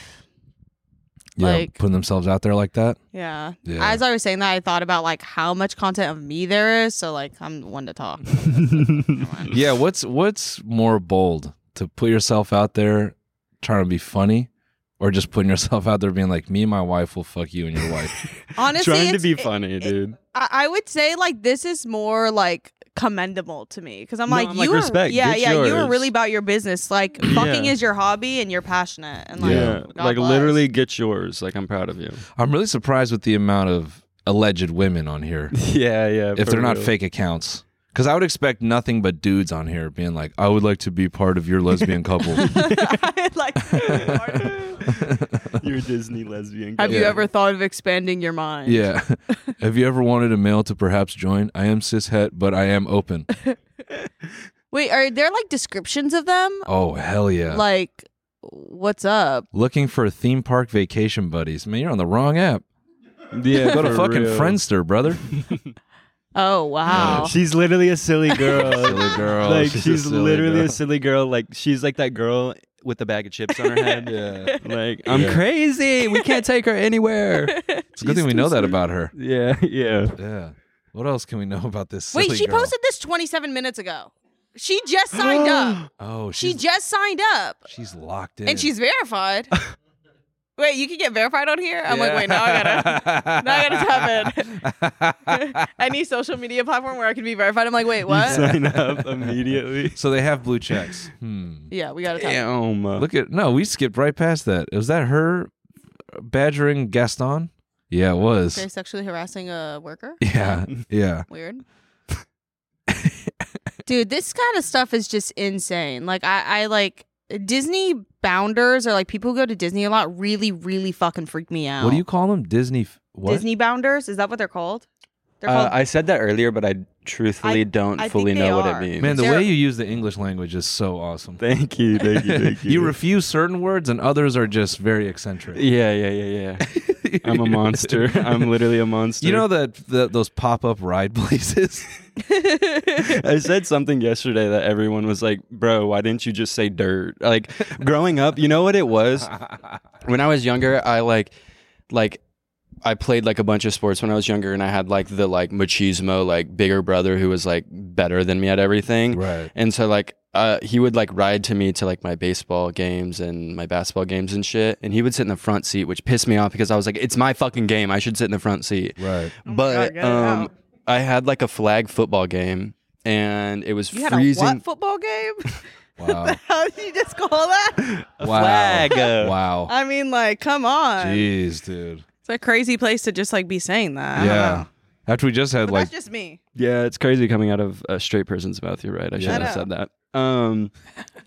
A: Yeah.
B: Like-
A: putting themselves out there like that.
B: Yeah.
A: Yeah.
B: As I was saying that, I thought about like how much content of me there is. So like, I'm one to talk.
A: Yeah, what's what's more bold? To put yourself out there trying to be funny or just putting yourself out there being like, Me and my wife will fuck you and your wife.
B: Honestly,
C: Trying to
B: it's-
C: be
B: it-
C: funny,
B: it-
C: dude.
B: I, I would say like this is more like commendable to me because I'm
C: No,
B: like
C: I'm
B: you
C: like,
B: were
C: respect,
B: yeah
C: get
B: yeah you were
C: yours.
B: really about your business like fucking
C: Yeah.
B: is your hobby and you're passionate and like
C: yeah.
B: God
C: Like
B: bless.
C: literally get yours. Like I'm proud of you.
A: I'm really surprised with the amount of alleged women on here.
C: Yeah, yeah.
A: if
C: for
A: they're not
C: real.
A: fake accounts. Because I would expect nothing but dudes on here being like, I would like to be part of your lesbian couple.
B: I'd like
C: You're a Disney lesbian.
B: have you
A: Yeah.
B: ever thought of expanding your mind
A: yeah. Have you ever wanted a male to perhaps join? I am cis het, but I am open.
B: wait are there like descriptions of them
A: Oh, hell yeah.
B: like what's up
A: Looking for theme park vacation buddies. Man, you're on the wrong app.
C: Yeah,
A: Go to
C: for
A: fucking
C: real.
A: Friendster, brother.
B: oh wow
C: She's literally a silly girl.
A: Silly girl.
C: like
A: a
C: she's,
A: silly
C: literally
A: girl.
C: a silly girl. Like she's like that girl with the bag of chips on her head.
A: Yeah.
C: Like I'm
A: Yeah.
C: crazy. We can't take her anywhere.
A: It's a good thing we know that about her.
C: Yeah, yeah.
A: Yeah. What else can we know about this?
B: wait
A: silly
B: she
A: girl?
B: posted this 27 minutes ago She just signed up.
A: Oh,
B: She
A: she's
B: just signed up.
A: she's locked in,
B: And she's verified. Wait, you can get verified on here? I'm like, wait, now I gotta now I gotta tap in.
A: gotta.
B: Any social media platform where I can be verified. I'm like, wait, what?
C: Sign up immediately.
A: so they have blue checks. Hmm.
B: Yeah, we gotta tap in.
C: Damn.
A: Look at no, we skipped right past that. Was that her badgering Gaston? Yeah, it
B: Okay,
A: was.
B: sexually harassing a worker?
A: Yeah, yeah.
B: Weird. Dude, this kind of stuff is just insane. Like I, I like Disney bounders or like people who go to Disney a lot really, really fucking freak me out.
A: What do you call them? Disney. f- What?
B: Disney bounders? Is that what they're called? They're
C: Uh,
B: called
C: I said that earlier, but I truthfully don't
B: I think
C: fully
B: they
C: know what
B: are.
C: it means.
A: Man, the
B: They're-
A: way you use the English language is so awesome.
C: thank you, thank you, thank you.
A: you refuse certain words, and others are just very eccentric.
C: yeah, yeah, yeah, yeah. I'm a monster. I'm literally a monster.
A: You know that that those pop up ride places.
C: I said something yesterday that everyone was like, "Bro, why didn't you just say dirt?" Like growing up, you know what it was? When I was younger, I like like I played like a bunch of sports when I was younger and I had like the like machismo like bigger brother who was like better than me at everything.
A: right.
C: And so like uh, he would like ride to me to like my baseball games and my basketball games and shit. And he would sit in the front seat, which pissed me off because I was like, it's my fucking game. I should sit in the front seat.
A: Right.
B: Oh my God,
C: but
B: get it
C: um,
B: out.
C: I had like a flag football game and it was
B: You had
C: freezing.
B: a what football game?
A: Wow.
B: How did you just call that?
A: wow.
C: flag.
A: Wow.
B: I mean, like, come on.
A: Jeez, dude.
B: It's a crazy place to just like be saying
C: Uh-huh.
B: that. I don't know.
A: Yeah. After we just had
B: But
A: like
B: that's just me.
C: Yeah, it's crazy coming out of a straight person's mouth. You're right. I shouldn't
B: I
C: have said
B: know.
C: that. Um,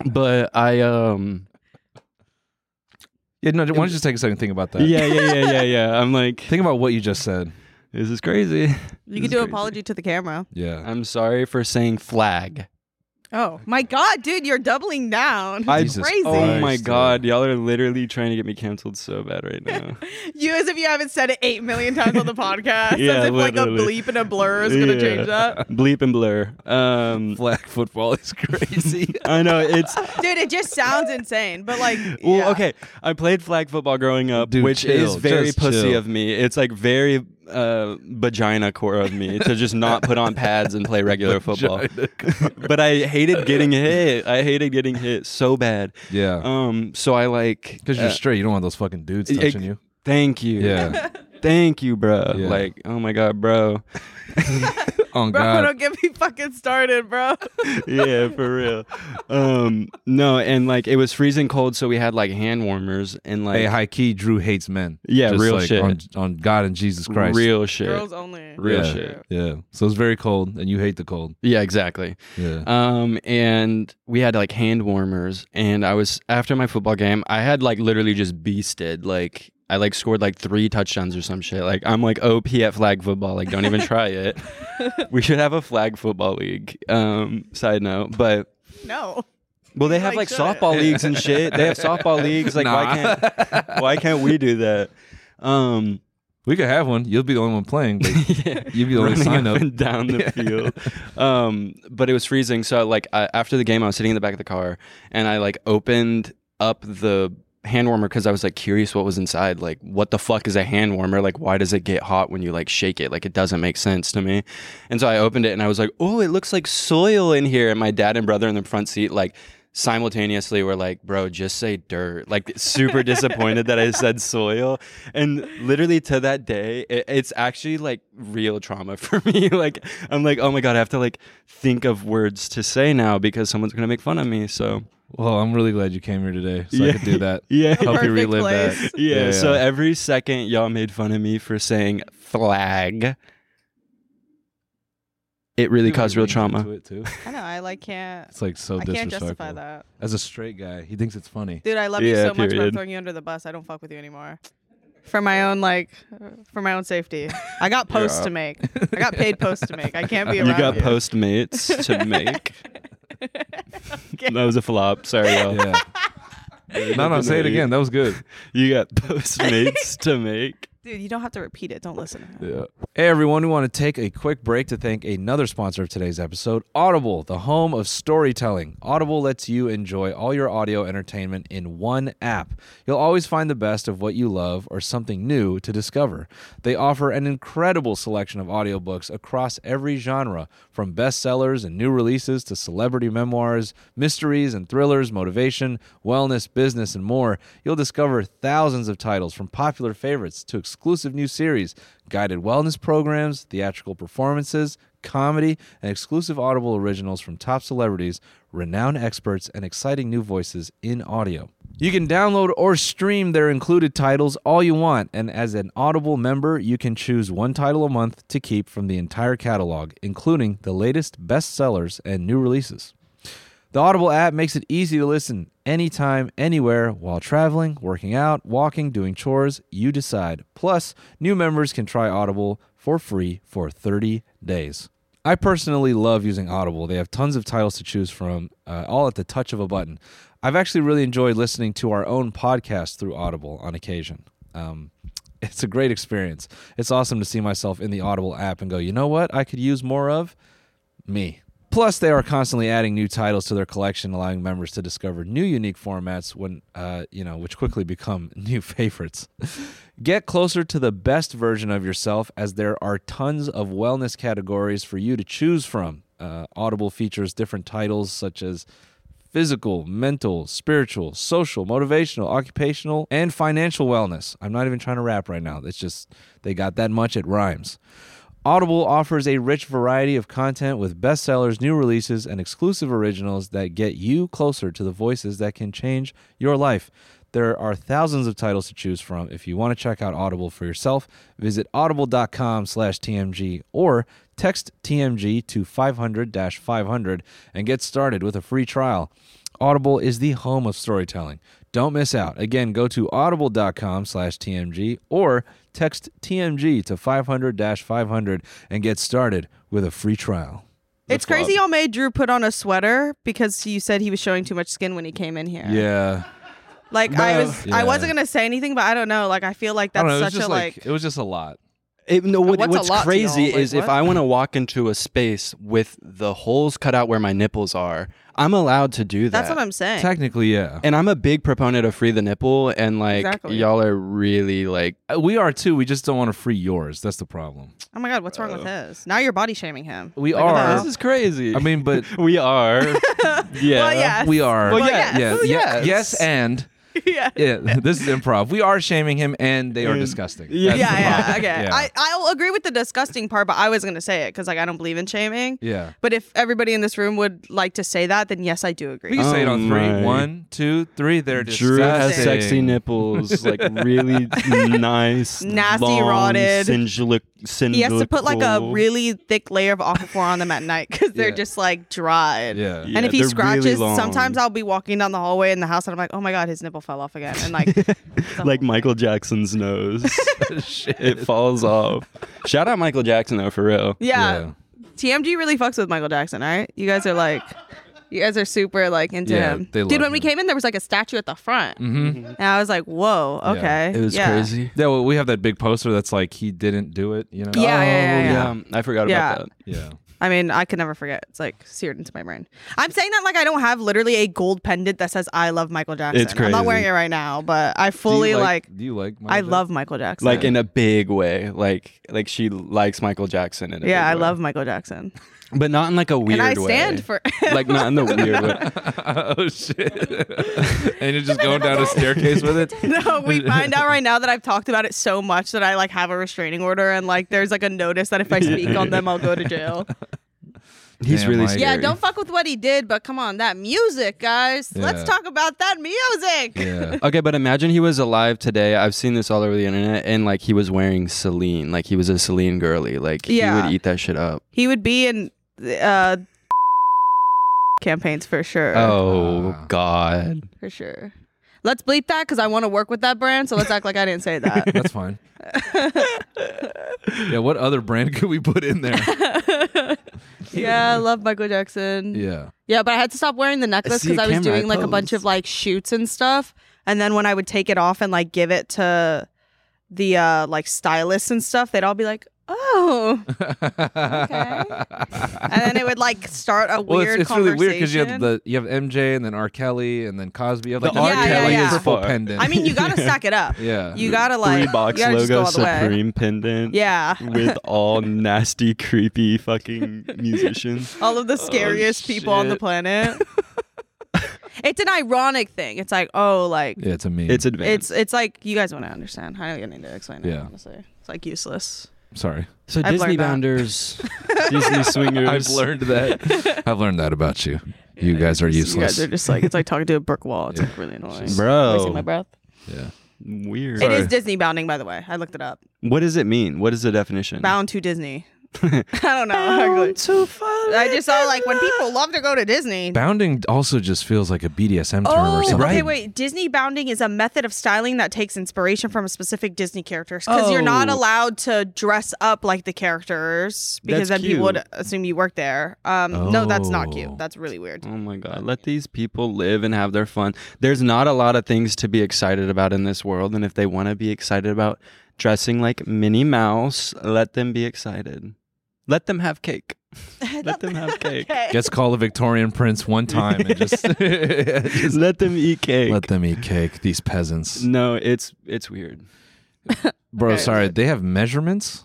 C: but I um,
A: yeah, no, why don't you just take a second and think about that?
C: yeah, yeah, yeah, yeah, yeah. I'm like,
A: Think about what you just said.
C: this is crazy.
B: You
C: This
B: could
C: is
B: do an
C: crazy.
B: apology to the camera.
A: Yeah.
C: I'm sorry for saying flag.
B: Oh my god, dude, you're doubling down.
C: I-
A: Jesus
B: Crazy.
C: Oh my
A: Christ,
C: god,
A: dude.
C: y'all are literally trying to get me canceled so bad right now.
B: You as if you haven't said it eight million times on the podcast.
C: Yeah,
B: as if like a
C: literally.
B: bleep and a blur is gonna
C: Yeah.
B: change that.
C: Bleep and blur. Um,
A: Flag football is crazy.
C: I know it's.
B: Dude, it just sounds insane. But like
C: Well,
B: yeah.
C: okay. I played flag football growing up,
A: Dude,
C: which
A: chill,
C: is very
A: just
C: pussy
A: chill.
C: of me. It's like very uh, vagina core of me to just not put on pads and play regular football. but I hated getting hit. I hated getting hit so bad.
A: yeah.
C: Um, so I like
A: Because
C: uh,
A: you're straight. You don't want those fucking dudes
C: it-
A: touching you.
C: Thank you.
A: Yeah.
C: Thank you, bro.
A: Yeah.
C: Like, oh my god, bro.
A: oh,
B: Bro,
A: God.
B: don't get me fucking started, bro.
C: yeah, for real. Um, no, and like it was freezing cold, so we had like hand warmers and like
A: Hey, high key, Drew hates men.
C: Yeah,
A: Just
C: real
A: like
C: shit.
A: On, on God and Jesus Christ.
C: real shit.
B: Girls only.
C: real
A: Yeah.
C: shit.
A: Yeah. So it's very cold, and you hate the cold.
C: Yeah, exactly.
A: Yeah.
C: Um, and we had like hand warmers, and I was after my football game, I had like literally just beasted. Like I like scored like three touchdowns or some shit. Like I'm like OP at flag football. Like don't even try it. we should have a flag football league. Um, side note, but
B: No.
C: well, they have
B: Like,
C: like
B: should it?
C: softball leagues and shit. They have softball leagues. Like why can't why can't we do that? Um,
A: we could have one. You'll be the only one playing, but
C: yeah.
A: you'll be the only
C: running
A: sign up.
C: and down the field. Um, but it was freezing, so like I, after the game, I was sitting in the back of the car, and I like opened up the hand warmer because I was like curious what was inside. Like, what the fuck is a hand warmer? Like, why does it get hot when you like shake it? Like, it doesn't make sense to me. And so I opened it, and I was like, oh, it looks like soil in here. And my dad and brother in the front seat, like. Simultaneously, were like, bro, just say dirt. Like, super disappointed that I said soil. And literally to that day, it, it's actually like real trauma for me. like I'm like, oh my god, I have to like think of words to say now because someone's gonna make fun of me. So
A: Well, I'm really glad you came here today so I
C: Yeah.
A: could do that.
C: yeah,
A: Help you
B: Perfect
A: relive
B: place.
A: that.
C: yeah. So every second y'all made fun of me for saying flag. It really
A: Give me
C: caused real
A: reason to
C: trauma.
A: It too.
B: I know, I like can't
A: It's like so
B: I
A: disrespectful.
B: can't justify that.
A: As a straight guy, he thinks it's funny.
B: Dude, I love you
C: Yeah,
B: so much, but I'm
C: period.
B: throwing you under the bus. I don't fuck with you anymore. For my own like, uh, for my own safety, I got posts to make. I got paid posts to make. I can't be
C: You
B: around you.
C: got postmates to make. That was a flop. Sorry, y'all.
A: Yeah. no, no, say it again. That was good.
C: You got postmates to make.
B: Dude, you don't have to repeat it. Don't listen.
A: Yeah. Hey everyone, we want to take a quick break to thank another sponsor of today's episode, Audible, the home of storytelling. Audible lets you enjoy all your audio entertainment in one app. You'll always find the best of what you love or something new to discover. They offer an incredible selection of audiobooks across every genre, from bestsellers and new releases to celebrity memoirs, mysteries and thrillers, motivation, wellness, business, and more. You'll discover thousands of titles from popular favorites to exclusive new series guided wellness programs, theatrical performances, comedy, and exclusive Audible originals from top celebrities, renowned experts, and exciting new voices in audio. You can download or stream their included titles all you want, and as an Audible member, you can choose one title a month to keep from the entire catalog, including the latest bestsellers and new releases. The Audible app makes it easy to listen anytime, anywhere, while traveling, working out, walking, doing chores. You decide. Plus, new members can try Audible for free for 30 days. I personally love using Audible. They have tons of titles to choose from, uh, all at the touch of a button. I've actually really enjoyed listening to our own podcast through Audible on occasion. Um, it's a great experience. It's awesome to see myself in the Audible app and go, you know what? I could use more of me. Plus, they are constantly adding new titles to their collection, allowing members to discover new unique formats when uh, you know, which quickly become new favorites. Get closer to the best version of yourself, as there are tons of wellness categories for you to choose from. Uh, Audible features different titles such as physical, mental, spiritual, social, motivational, occupational, and financial wellness. I'm not even trying to rap right now. It's just they got that much, it rhymes. Audible offers a rich variety of content with bestsellers, new releases, and exclusive originals that get you closer to the voices that can change your life. There are thousands of titles to choose from. If you want to check out Audible for yourself, visit audible.com slash TMG or text TMG to 500-500 and get started with a free trial. Audible is the home of storytelling. Don't miss out. Again, go to audible.com slash TMG or text TMG to 500 500 and get started with a free trial.
B: it's crazy y'all made Drew put on a sweater because you said he was showing too much skin when he came in here.
A: Yeah.
B: Like I
A: Well-
B: was
A: Yeah.
B: I wasn't gonna say anything, but I don't know. Like I feel like
A: I
B: that's
A: don't know. It was
B: such
A: just
B: a like,
A: like, it was just a lot.
C: It, no, what,
B: what's a
C: what's
B: lot to
C: crazy
B: y'all? Like,
C: is if
B: what?
C: I want to walk into a space with the holes cut out where my nipples are, I'm allowed to do that.
B: that's what I'm saying.
A: Technically, yeah.
C: And I'm a big proponent of free the nipple, and like
B: Exactly.
C: y'all are really like
A: Uh, We are too. We just don't want to free yours. That's the problem.
B: oh my god, what's wrong with
A: uh,
B: his? Now you're body shaming him.
A: We
B: Like, uh-huh.
A: are.
B: hello?
C: this is crazy.
A: I mean, but
C: we are. yeah.
B: Well, yes.
A: we are.
B: Well,
A: yeah,
B: yes.
A: yeah,
C: Well,
A: yeah,
C: yes.
A: yes, and
B: yeah.
A: yeah. This is improv. We are shaming him, and they are
C: And-
A: disgusting.
C: Yeah.
A: That's
B: yeah,
A: the
B: yeah,
A: problem.
B: okay.
A: Yeah.
B: I, I'll agree with the disgusting part, but I was gonna say it because like I don't believe in shaming.
A: Yeah.
B: But if everybody in this room would like to say that, then yes, I do
A: We
B: agree.
A: can say it
C: Oh
A: on three.
C: my.
A: One, two, three. They're disgusting.
C: Drew has sexy nipples, like really nice,
B: Nasty,
C: long,
B: rotted.
C: Singular,
B: he has to put like a
C: cylindrical-
B: really thick layer of aquaphor on them at night because they're
A: Yeah.
B: just like dried.
A: Yeah.
B: and
C: Yeah,
B: if he
C: they're really
B: scratches,
C: long.
B: sometimes I'll be walking down the hallway in the house and I'm like, oh my god, his nipple fell off again, and like,
C: like Michael Jackson's nose. It falls off. Shout out Michael Jackson though, for real.
B: yeah, TMG really fucks with Michael Jackson. All right, you guys are like. You guys are super like into
A: Yeah,
B: him,
A: they
B: dude.
A: love
B: When we
A: him.
B: came in, there was like a statue at the front,
A: Mm-hmm.
B: and I was like, "Whoa,
A: Yeah,
B: okay."
C: It was
B: yeah.
C: crazy.
A: Yeah, well, we have that big poster that's like he didn't do it. You know. Oh,
B: Yeah, yeah,
C: Oh,
B: yeah, yeah.
C: I forgot
B: Yeah.
C: about that.
A: Yeah.
B: I mean, I could never forget. It's like seared into my brain. I'm saying that like I don't have literally a gold pendant that says I love Michael Jackson. I'm not
C: crazy.
B: wearing it right now, but I
A: Do you
B: fully like,
A: Do you like?
B: I
A: Michael
B: love Michael Jackson.
C: Like in a big way. Like like she likes Michael Jackson in a
B: yeah,
C: big
B: I
C: way.
B: love Michael Jackson,
C: but not in like a weird
B: and
C: way.
B: I stand for.
C: like not in the weird way.
A: oh shit! and you're just going down a staircase with it.
B: no, we find out right now that I've talked about it so much that I like have a restraining order, and like there's like a notice that if I speak on them, I'll go to jail.
C: He's
A: Damn,
C: really
A: Mike.
C: scary.
B: yeah, don't fuck with what he did, but come on, that music, guys. Let's
A: Yeah.
B: talk about that music.
A: Yeah.
C: Okay, but imagine he was alive today. I've seen this all over the internet, and like he was wearing Celine, like he was a Celine girly. Like he
B: Yeah.
C: would eat that shit up.
B: He would be in uh campaigns for sure.
C: Oh
A: Ah.
C: God!
B: For sure. Let's bleep that because I want to work with that brand. So let's act like I didn't say that.
A: That's fine. yeah. What other brand could we put in there?
B: yeah, I love Michael Jackson.
A: Yeah.
B: Yeah, but I had to stop wearing the necklace
C: see
B: because I
C: a
B: was
C: camera, I
B: doing like a bunch
C: posed.
B: of like shoots and stuff. And then when I would take it off and like give it to the uh like stylists and stuff, they'd all be like, "Oh,"
A: okay.
B: and then it would like start a
A: Well,
B: weird
A: it's, it's really
B: conversation.
A: weird because you have the you have MJ and then R. Kelly and then Cosby. You have like
C: The R.
A: this
B: Kelly
A: like,
B: is
A: purple
C: fucked.
A: pendant.
B: I mean, you gotta stack it up.
A: yeah,
B: You gotta like
C: Three box
B: you gotta just go
C: logo
B: all the way.
C: Supreme pendant.
B: Yeah.
C: With all nasty, creepy fucking musicians.
B: all of the scariest people on the
C: shit.
B: planet. it's an ironic thing. It's like, oh, like
A: yeah, it's a meme.
C: It's advanced.
B: it's it's like you guys want to understand. I don't need to explain it.
A: Yeah.
B: Honestly, it's like useless.
A: Sorry,
C: so
B: I've
C: Disney
B: learned that.
C: bounders, Disney swingers.
A: I've learned that. I've learned that about you. You guys are
B: You
A: useless.
B: guys are just like it's like talking to a brick wall. It's like really annoying.
C: Bro.
B: wasting my breath.
A: yeah.
C: Weird.
B: It is Disney bounding, by the way. I looked it up.
C: What does it mean? What is the definition?
B: Bound to Disney. I don't know. Bound to I just saw like when people love to go to Disney.
A: Bounding also just feels like a BDSM term or
B: Oh,
A: something.
B: okay, wait. Disney bounding is a method of styling that takes inspiration from a specific Disney characters because you're not
C: Oh.
B: allowed to dress up like the characters because
C: That's
B: then people would
C: cute.
B: assume you work there. Um, No, that's not
A: Oh.
B: cute. That's really weird.
C: Oh my God. Let these people live and have their fun. There's not a lot of things to be excited about in this world. And if they want to be excited about dressing like Minnie Mouse, let them be excited. Let them have cake. let them have cake.
A: Gets called a Victorian prince one time and just, just
C: let them eat cake.
A: let them eat cake. These peasants,
C: no, it's it's weird.
A: bro.
B: Okay.
A: Sorry, they have measurements.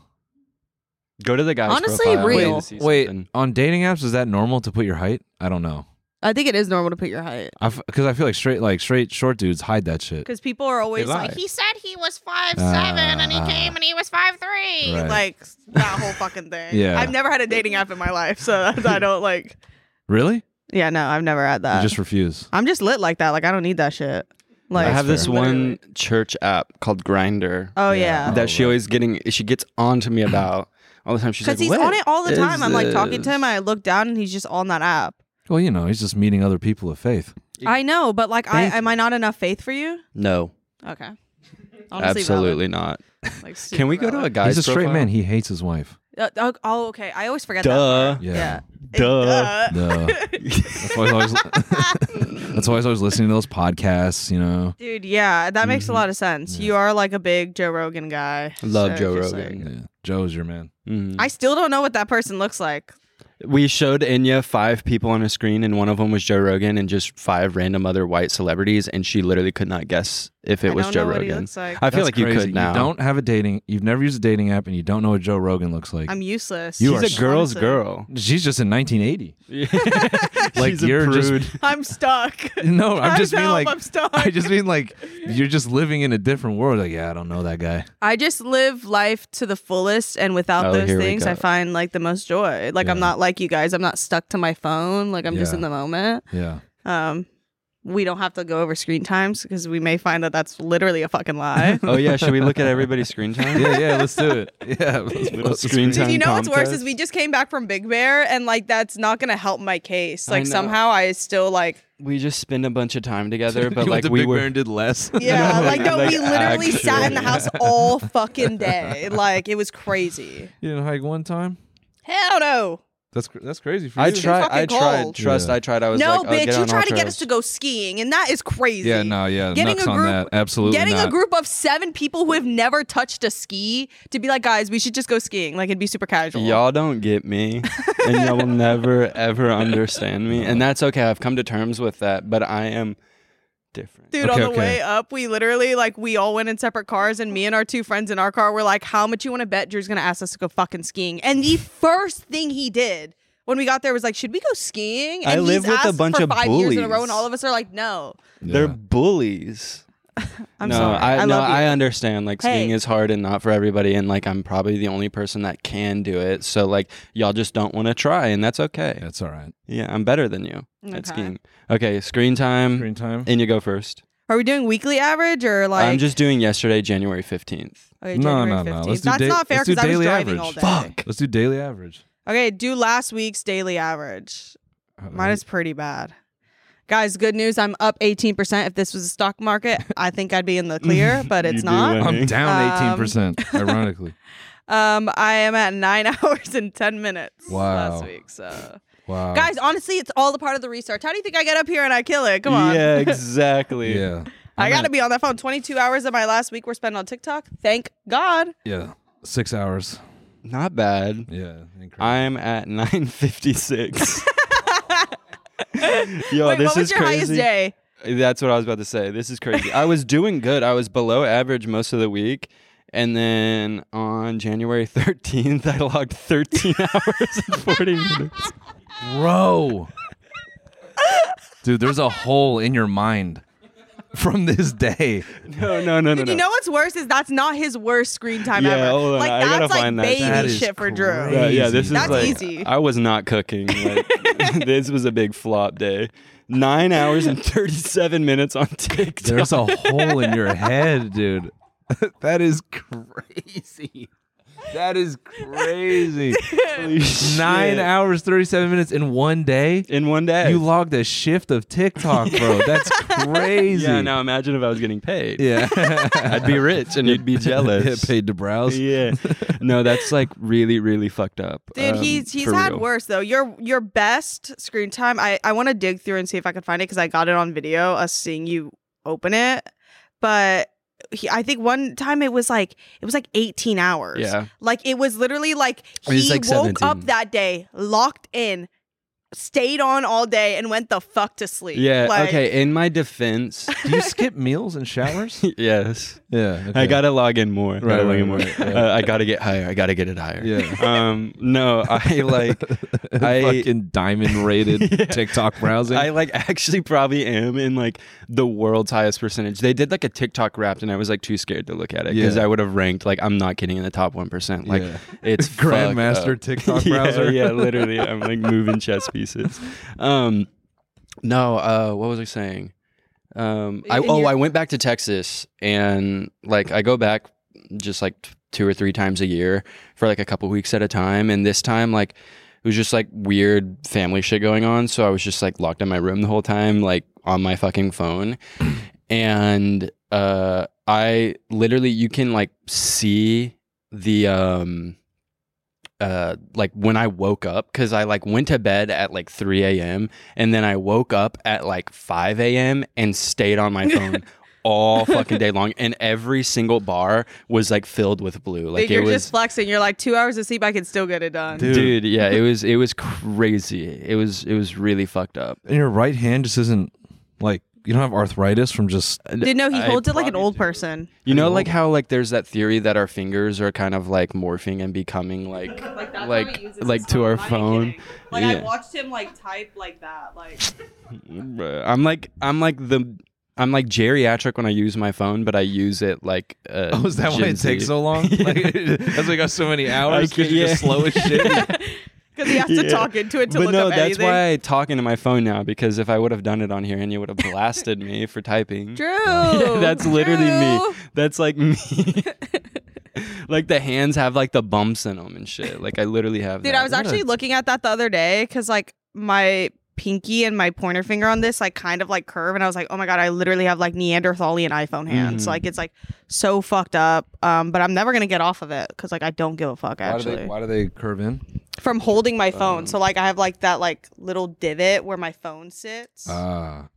C: Go to the guy's
B: Honestly,
C: profile. I wanted
B: real.
C: to see
A: Wait,
C: something.
A: on dating apps, is that normal to put your height? I don't know.
B: I think it is normal to put your height
A: I because I feel like straight like straight short dudes hide that shit.
B: because people are always like
C: lie.
B: he said he was five
A: seven and he came
B: and he was five three.
A: Ah. Right.
B: Like that whole fucking thing.
A: Yeah.
B: I've never had a dating app in my life, so I don't like.
A: Really?
B: Yeah, no, I've never had
C: uh,
A: You
B: that.
A: just refuse.
B: I'm just lit like that. Like I don't need that shit. Like
C: I have this
B: literally.
C: one church app called Grinder
B: Oh yeah.
C: that she always getting she gets on to me about all the time. She's like,
B: Because he's on
C: "What
B: it all the
C: is
B: time. I'm like talking to
C: this?"
B: him. I look down and he's just on that app.
A: Well, you know, he's just meeting other people of faith.
B: I know, but like, I,
C: Thank
B: am I not enough faith for you?
C: No,
B: Okay.
C: absolutely not.
B: valid. Like, super
C: Can we go to a
B: valid.
C: guy's
A: he's a straight
C: profile?
A: man. He hates his wife.
B: Uh, oh, oh, okay. I always forget
C: Duh.
B: that. part.
A: Yeah.
B: Duh.
A: Duh. that's, why he's always, that's why he's always listening to those podcasts. You know.
B: Dude, yeah, that
C: Mm-hmm.
B: makes a lot of sense. You are like a big Joe Rogan guy. so
C: Love Joe
B: just,
C: Rogan.
B: like-
A: Yeah. Joe's your man.
C: Mhm.
B: I still don't know what that person looks like.
C: We showed Inya five people on a screen, and one of them was Joe Rogan, and just five random other white celebrities, and she literally could not guess if it
B: I
C: was
B: don't
C: Joe
B: know what he
C: Rogan.
B: looks like.
C: I feel like
A: That's
C: you
A: crazy.
C: could now.
A: You don't have a dating. You've never used a dating app, and you don't know what Joe Rogan looks like.
B: I'm useless.
A: You
C: She's a girl's
B: Honestly.
C: girl.
A: She's just in 1980. Like
C: She's a
A: you're just-
C: prude.
B: I'm stuck.
A: No, I'm
B: Guys,
A: just mean
B: help,
A: like
B: I'm stuck.
A: I just mean like you're just living in a different world. Like yeah, I don't know that guy.
B: I just live life to the fullest, and without
C: Oh,
B: those
C: here we
B: things, I
C: go.
B: find like the most joy. Like I'm
A: Yeah.
B: not like you guys. I'm not stuck to my phone. Like I'm just
A: Yeah.
B: in the moment.
A: Yeah.
B: Um, we don't have to go over screen times because we may find that that's literally a fucking lie.
C: Oh yeah, should we look at everybody's screen time?
A: Yeah, yeah, let's do it. Yeah, let's
C: Little
A: put up
C: screen
B: Dude,
C: time.
B: you know what's worse
C: contest.
B: is we just came back from Big Bear, and like that's not gonna help my case.
C: I
B: Like
C: know.
B: somehow I still like
C: We just spend a bunch of time together,
A: You
C: but
A: went
C: like
A: to
C: we
A: Big Bear
C: were
A: and did less.
B: yeah, like no,
C: Like,
B: we literally sat in the
C: actually.
B: house all fucking day. Like it was crazy.
A: You didn't hike one time.
B: Hell no.
A: That's cr- that's crazy for
C: I
A: you.
C: tried. I
B: fucking
C: tried.
B: cold.
C: Trust.
A: Yeah.
C: I tried. I was
B: No,
C: like, oh,
B: bitch,
C: get
B: you
C: on
B: try
C: all
B: to get
C: trails.
B: us to go skiing, and that is crazy.
A: Yeah, no, yeah,
B: Getting
A: nuts
B: a
A: on
B: group-
A: that. Absolutely
B: Getting
A: not.
B: a group of seven people who have never touched a ski to be like, guys, we should just go skiing. Like it'd be super casual.
C: Y'all don't get me, and y'all will never ever understand me, and that's okay. I've come to terms with that, but I am different.
B: Dude, on
A: Okay,
B: the
A: okay.
B: way up, we literally like we all went in separate cars, and me and our two friends in our car were like, "How much you want to bet Drew's gonna ask us to go fucking skiing?" And the first thing he did when we got there was like, "Should we go skiing?" And
C: I live
B: he's
C: with a
B: asked
C: bunch
B: for
C: of
B: five years in a row, and
C: bullies.
B: all of us are like, "No."
C: They're bullies.
B: I'm
C: no,
B: sorry.
C: I,
B: I
C: no,
B: love you.
C: I understand. Like skiing
B: Hey.
C: is hard and not for everybody, and like I'm probably the only person that can do it. So like y'all just don't want to try, and that's okay.
A: That's all right.
C: Yeah, I'm better than you
B: Okay.
C: at skiing. Okay, screen time,
A: Screen time.
C: and you go first.
B: Are we doing weekly average or like?
C: I'm just doing yesterday, January 15th.
B: Okay,
A: No,
B: January
A: no, no.
B: 15th.
A: Let's do
B: That's
A: da-
B: not fair
A: let's do
B: because I was
A: daily
B: driving all
A: average.
B: day.
A: Let's do daily average.
B: Okay, do last week's daily average.
A: Uh,
B: Mine is pretty bad. Guys, good news. I'm up 18%. If this was the stock market, I think I'd be in the clear, but
C: You
B: it's
C: do eh?
B: not.
C: it.
A: I'm down
B: Um,
A: eighteen percent. Ironically,
B: Um, I am at nine hours and 10 minutes
A: Wow.
B: last week. So,
A: wow.
B: guys, honestly, it's all a part of the research. How do you think I get up here and I kill it? Come on.
C: Yeah, exactly.
A: yeah,
B: I got
A: gonna-
B: to be on that phone. 22 hours of my last week were spent on TikTok. Thank God.
A: Yeah, six hours.
C: Not bad.
A: Yeah, incredible.
C: I'm at 956. Yo,
B: Wait,
C: Oh, this
B: what was
C: is
B: your
C: crazy.
B: highest day?
C: That's what I was about to say. This is crazy. I was doing good. I was below average most of the week. And then on January 13th, I logged 13 hours and 40 minutes.
A: Bro. Dude, there's a hole in your mind from this day.
C: No, no, no, no.
B: You know what's worse is that's not his worst screen time
C: Yeah,
B: ever.
C: hold on.
B: Like
C: I
B: that's
C: gotta
B: like
C: find that.
B: baby
C: That
A: is
B: shit for Drew.
A: crazy.
C: Yeah, yeah, this is
B: That's
C: like
B: easy.
C: I was not cooking. Like, this was a big flop day. Nine hours and thirty-seven minutes on TikTok.
A: There's a hole in your head, dude. that is crazy. That is crazy.
C: Holy shit.
A: Nine hours, 37 minutes in one day.
C: in one day.
A: You logged a shift of TikTok, bro. That's crazy.
C: yeah. Now imagine if I was getting paid.
A: Yeah.
C: I'd be rich and you'd be jealous.
A: Get paid to browse.
C: Yeah. No, that's like really, really fucked up.
B: Dude,
C: um,
B: he's he's
C: for
B: had
C: real.
B: worse though. Your your best screen time. I I want to dig through and see if I can find it because I got it on video. Us seeing you open it, but he, I think one time it was like it was like eighteen hours.
C: Yeah.
B: like it was literally like
C: It was
B: he
C: like
B: woke up
C: 17.
B: that day, locked in, stayed on all day, and went the fuck to sleep.
C: Yeah.
B: Like,
C: okay. In my defense,
A: Do you skip meals and showers?
C: yes.
A: yeah.
C: I
A: okay.
C: gotta log in more.
A: Right,
C: Gotta log in
A: right,
C: more.
A: right, right.
C: Uh, I gotta get higher. I gotta get it higher.
A: Yeah.
C: Um. No, I like. I
A: fucking diamond rated
C: Yeah.
A: TikTok browsing.
C: I like actually probably am in like the world's highest percentage. They did like a TikTok wrapped, and I was like too scared to look at it because
A: Yeah.
C: I would have ranked like I'm not getting in the top one percent. Like
A: Yeah.
C: it's fucked
A: Grandmaster
C: up.
A: TikTok
C: Yeah,
A: browser.
C: Yeah, literally, I'm like moving chess pieces. Um, no, uh, what was I saying? Um, I
B: And
C: oh,
B: you're-
C: I went back to Texas, and like I go back just like t- two or three times a year for like a couple weeks at a time, and this time like it was just like weird family shit going on. So I was just like locked in my room the whole time, like on my fucking phone. and uh, I literally, you can like see the, um, uh, like when I woke up, cause I like went to bed at like 3 a.m. and then I woke up at like 5 a.m. and stayed on my phone. all fucking day long and every single bar was like filled with blue like
B: dude, you're
C: it was
B: just flexing. You're like two hours of sleep. I can still get it done.
A: Dude.
C: dude. yeah it was it was crazy it was it was really fucked up
A: and your right hand just isn't like you don't have arthritis from just
B: Dude, no, he
C: I
B: holds it like an
C: probably
B: old
C: do.
B: person.
C: you know like how like there's that theory that our fingers are kind of like morphing and becoming like
B: Like
C: that's Like- how he uses like his to phone. our I'm not even phone. kidding. Like, I Yeah.
B: watched him like type like that. Like
C: i'm like i'm like the i'm like geriatric when i use my phone but i use it like uh,
A: Oh, is that why
C: Gen
A: it takes
C: Z.
A: so long? Like, that's why you got so many hours
C: I
A: because
C: can't-
A: you're
C: yeah.
A: just slow as shit.
B: because he has to
C: Yeah.
B: talk into it to
C: but
B: look
C: no
B: up
C: that's
B: anything.
C: why i talk into my phone now because if i would have done it on here and you would have blasted me for typing
B: Drew.
C: Yeah, that's literally me.
B: Drew.
C: That's like me. like the hands have like the bumps in them and shit. Like I literally have.
B: Dude,
C: that.
B: I was
C: What a-
B: actually looking at that the other day because like my pinky and my pointer finger on this like kind of like curve, and I was like, oh my god, I literally have like Neanderthalian iPhone hands.
C: Mhm.
B: Like it's like so fucked up. Um, but I'm never gonna get off of it because like I don't give a fuck
A: Why do,
B: actually
A: they, why do they curve in?
B: from holding my phone. so like I have like that like little divot where my phone sits.
A: Ah,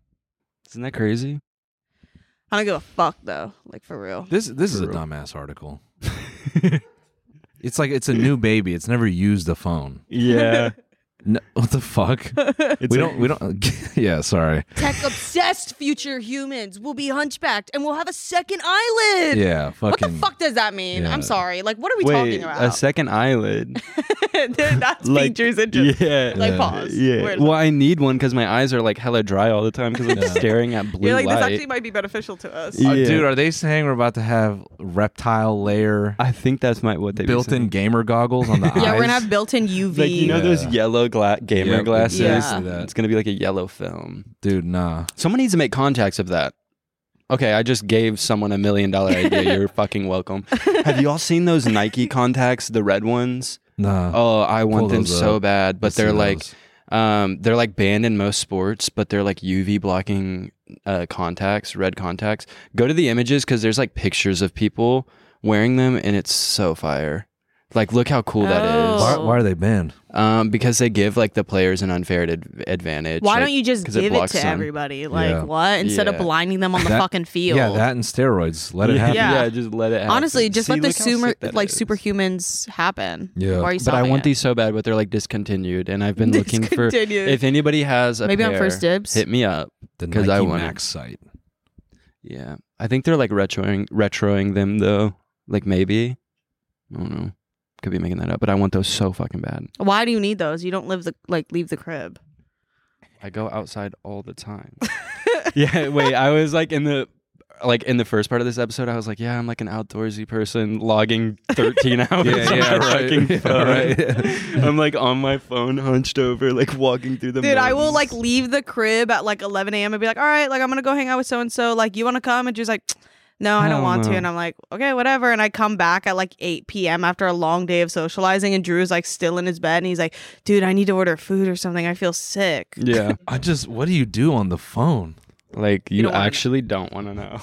C: Isn't that crazy?
B: I don't give a fuck though. Like for real.
A: this this is a
C: True.
A: dumbass article. it's like it's a new baby. It's never used a phone.
C: Yeah.
A: No, what the fuck? we don't. We don't. yeah, sorry.
B: Tech obsessed future humans will be hunchbacked and will have a second eyelid.
A: Yeah,
B: What the
A: fucking.
B: fuck does that mean?
A: yeah.
B: I'm sorry. Like, what are we
C: Wait,
B: talking
C: a
B: about?
C: second eyelid.
B: Dude, That's
C: like,
B: features and just
C: yeah.
B: like
A: Yeah.
B: pause.
C: yeah.
B: We're-
C: Well, I need one because my eyes are like hella dry all the time because I'm
A: Yeah.
C: staring at blue
B: you're like this
C: light.
B: actually might be beneficial to us.
A: Uh,
C: Yeah.
A: Dude, are they saying we're about to have reptile layer
C: I think that's my what they
A: built-in gamer goggles on the eyes?
B: yeah, we're gonna have built-in UV.
C: Like you know those
A: Yeah.
C: yellow gla- gamer
A: Yeah,
C: glasses.
A: exactly
B: Yeah.
A: that.
C: It's gonna be like a yellow film.
A: Dude, nah.
C: Someone needs to make contacts of that. Okay, I just gave someone a million dollar idea. You're fucking welcome. Have you all seen those Nike contacts, the red ones?
A: Nah.
C: Oh, I
A: Pull
C: want them
A: those
C: so
A: up.
C: bad, but
A: Let's see
C: they're like
A: those.
C: um they're like banned in most sports, but they're like UV blocking uh contacts, red contacts. Go to the images cuz there's like pictures of people wearing them and it's so fire. Like, look how cool that is.
A: Why, why are they banned?
B: Oh.
C: Um, because they give like the players an unfair ad- advantage.
B: Why
C: like,
B: don't you just
C: 'cause
B: give it,
C: blocks
B: to
C: them.
B: everybody? Like
A: Yeah.
B: what? Instead
C: Yeah.
B: of blinding them on the
A: That-
B: fucking field.
A: Yeah, that and steroids. Let it
C: yeah,
A: happen.
B: Yeah.
C: yeah, just let it. happen.
B: Honestly, just
C: See,
B: let the
C: look how
B: super
C: sick that
B: like
C: is.
B: superhumans happen.
A: Yeah.
B: Why are you
C: But I
B: stopping
C: want
B: it?
C: these so bad, but they're like discontinued, and I've been looking for.
B: Discontinued.
C: If anybody has a
B: Maybe on
C: pair,
B: First Dibs?
C: hit me up
A: The
C: because I
A: Nike
C: want. it.
A: Max site.
C: Yeah, I think they're like retroing retroing them though. Like maybe, I don't know. Could be making that up, but I want those so fucking bad.
B: Why do you need those? You don't live the like leave the crib.
C: I go outside all the time. yeah, wait. I was like in the like in the first part of this episode, I was like, yeah, I'm like an outdoorsy person logging 13 hours.
A: Yeah,
C: on
A: yeah,
C: my
A: right.
C: fucking
A: Yeah,
C: phone.
A: right.
C: I'm like on my phone, hunched over, like walking through the.
B: Dude, I will like
C: mountains.
B: leave the crib at like 11 a.m. and be like, all right, like I'm gonna go hang out with so and so. Like, you want to come? And she's like, no, I don't
C: Hell
B: want to.
C: no.
B: And I'm like, okay, whatever. And I come back at like 8 p.m. after a long day of socializing, and Drew's like still in his bed, and he's like, dude, I need to order food or something. I feel sick.
C: Yeah,
A: I just, what do you do on the phone?
C: like you,
B: don't wanna know.
C: actually don't want to know.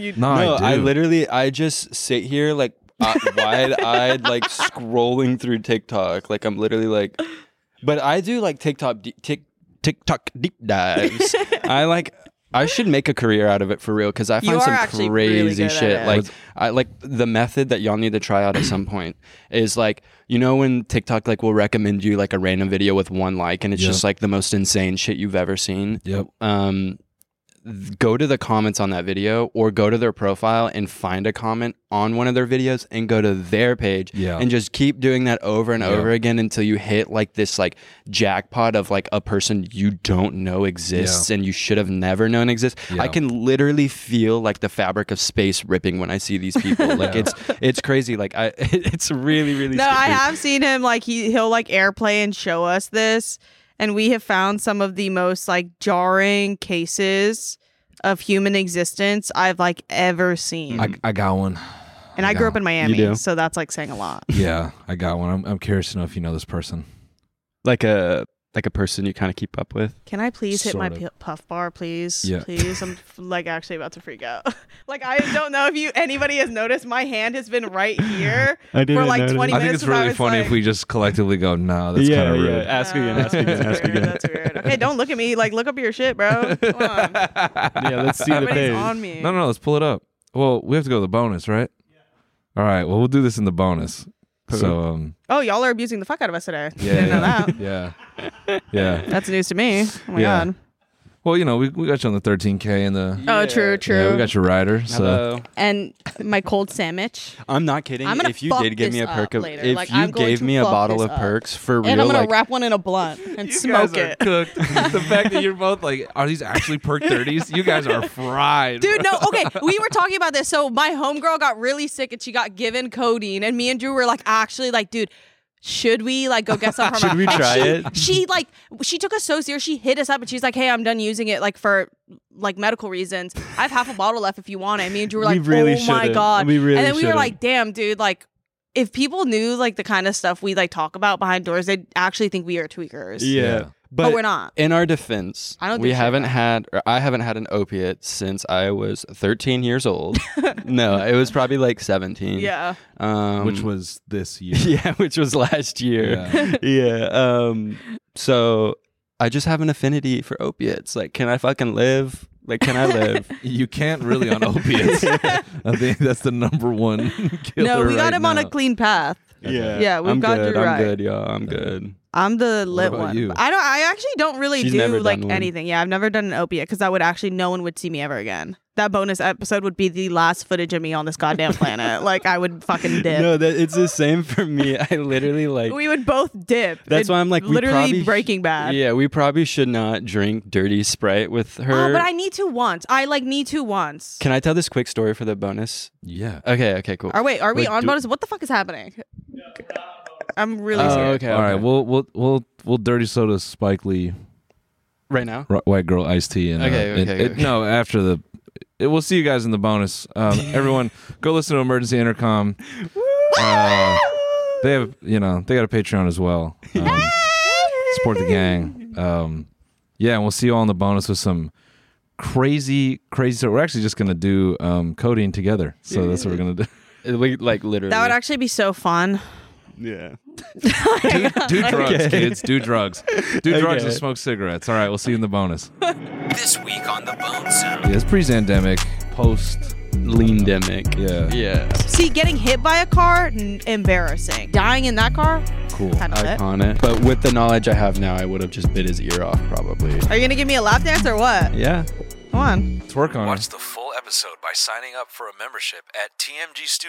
B: You-
A: No,
C: no,
A: I do.
C: I, literally I just sit here like wide eyed, like scrolling through TikTok. Like I'm literally like, but I do like TikTok de- tick TikTok deep dives. I like. I should make a career out of it for real because I
B: You
C: find
B: are
C: some
B: actually really
C: crazy
B: good at
C: shit.
B: it.
C: Like, I like the method that y'all need to try out at some point is like you know when TikTok like will recommend you like a random video with one like and it's
A: Yeah.
C: just like the most insane shit you've ever seen
A: Yep.
C: um, th- go to the comments on that video or go to their profile and find a comment on one of their videos and go to their page
A: Yeah.
C: and just keep doing that over and
A: Yeah.
C: over again until you hit like this like jackpot of like a person you don't know exists and you should have never known exists.
A: Yeah.
C: I can literally feel like the fabric of space ripping when I see these people. Like it's it's crazy. Like I it's really really
B: No, I
C: scary.
B: have seen him like he he'll like airplay and show us this, and we have found some of the most like jarring cases of human existence I've like ever seen.
A: I, I got one.
B: and I grew up in
C: do?
B: Miami, so that's like saying a lot.
A: Yeah, I got one. I'm, I'm curious to know if you know this person.
C: like a like a person you kind of keep up with.
B: Can I please hit my
A: Sort
B: pu- puff bar, please?
A: Yeah.
B: Please, I'm like actually about to freak out. like I don't know if you anybody has noticed my hand has been right here
C: I
B: for like 20 minutes.
A: I think it's
B: and
A: really
B: was
A: funny
B: like,
A: if we just collectively go, no, that's kind of rude.
C: Ask again.
B: "Oh,
C: Ask again.
B: that's
C: Ask
B: weird,
C: again.
B: That's weird. Okay, don't look at me. Like look up your shit, bro. Oh, Come on.
C: Yeah, let's see
B: Everybody's on me.
A: No, no, let's pull it up. Well, we have to go to the bonus, right? All right. Well, we'll do this in the bonus. So, um,
B: Oh, y'all are abusing the fuck out of us today.
A: yeah,
B: Didn't know
A: yeah,
B: that.
A: yeah, yeah.
B: That's news to me. Oh my
A: Yeah.
B: god.
A: Well, you know, we, we got you on the 13k and the
B: Oh, true, true.
A: yeah, we got your rider. So
C: Hello.
B: and my cold sandwich.
C: I'm not kidding.
B: I'm gonna
C: if you
B: fuck
C: did give me a
B: this
C: perk
B: up
C: of,
B: later.
C: if
B: Like,
C: you
B: I'm going
C: gave
B: to
C: me a
B: fuck
C: bottle
B: this
C: of
B: up.
C: perks for real,
B: and I'm gonna
C: like
B: wrap one in a blunt and
A: You
B: smoke
A: guys are
B: it.
A: cooked. the fact that you're both like, are these actually perk 30s? You guys are fried,
B: Dude, no, okay. We were talking about this. So my homegirl got really sick and she got given codeine. And me and Drew were like, actually, like, dude, should we like go get some from
C: Should we
B: And
C: try
B: she,
C: it?
B: She like she took us so serious. She hit us up and she's like, "Hey, I'm done using it like for like medical reasons. I have half a bottle left if you want it." And me and Drew were
C: We
B: like,
C: really
B: "Oh my
C: shouldn't.
B: god!"
C: We really
B: and then we were
C: shouldn't.
B: like, "Damn, dude, like." If people knew like the kind of stuff we like talk about behind doors, they'd actually think we are tweakers.
C: Yeah.
A: Yeah.
C: But,
B: we're not.
C: In our defense,
B: I don't
C: we
B: do shit
C: haven't
B: about it.
C: had, or I haven't had an opiate since I was 13 years old. no, it was probably like 17.
B: Yeah.
C: Um,
A: which was this year.
C: yeah, which was last year.
A: Yeah.
C: Yeah. Um, so I just have an affinity for opiates. Like, can I fucking live? Like, can I live?
A: You can't really on opiates. I think that's the number one killer.
B: No, we got
A: right
B: him on a
A: now.
B: clean path.
C: Yeah.
B: Yeah, we've
C: I'm
B: got
C: good.
B: you
C: I'm
B: right.
C: good, y'all. I'm good.
B: I'm the lit
A: about
B: one.
A: you?
B: I don't. I actually don't really
C: She's never
B: do
C: done
B: like
C: one.
B: anything. Yeah, I've never done an opiate because that would actually no one would see me ever again. That bonus episode would be the last footage of me on this goddamn planet. like I would fucking dip.
C: No, that it's the same for me. I literally like.
B: we would both dip.
C: that's
B: It'd
C: why I'm like we
B: literally
C: probably sh-
B: Breaking Bad.
C: Yeah, we probably should not drink dirty Sprite with her.
B: Oh, but I need to once. I like need to once.
C: Can I tell this quick story for the bonus?
A: Yeah.
C: Okay, okay, cool.
B: Are wait? Are we
C: Wait,
B: on
C: do-
B: bonus? What the fuck is happening? I'm really
C: Oh,
B: scared.
C: okay.
A: All right,
C: okay.
A: we'll we'll we'll we'll dirty soda Spike Lee,
C: right now.
A: Ru- white girl iced tea, and uh,
C: Okay,
A: it-
C: okay,
A: it-
C: okay.
A: no after the. It, we'll see you guys in the bonus. Um, everyone, go listen to Emergency Intercom. Uh, they have you know they got a Patreon as well. Um, support the gang. Um, yeah, and we'll see you all in the bonus with some crazy crazy. So we're actually just gonna do um, coding together. So that's what we're gonna do.
C: Uh, We like literally.
B: That would actually be so fun.
C: Yeah.
A: do, do drugs,
C: Okay.
A: kids. Do drugs. Do drugs and
C: Okay.
A: smoke cigarettes. All right, we'll see you in the bonus.
D: This week on the Bone Zone.
A: Yeah, it's pre-zandemic, post
C: Leandemic.
A: Yeah,
C: Yeah.
B: See, getting hit by a car, n- embarrassing. Dying in that car,
C: Cool.
B: kind of it.
C: Iconic. But with the knowledge I have now, I would have just bit his ear off probably.
B: Are you gonna give me a lap dance or what?
C: Yeah.
B: Come on.
A: let's work on it.
K: Watch the full episode by signing up for a membership at tmgstudios.tv.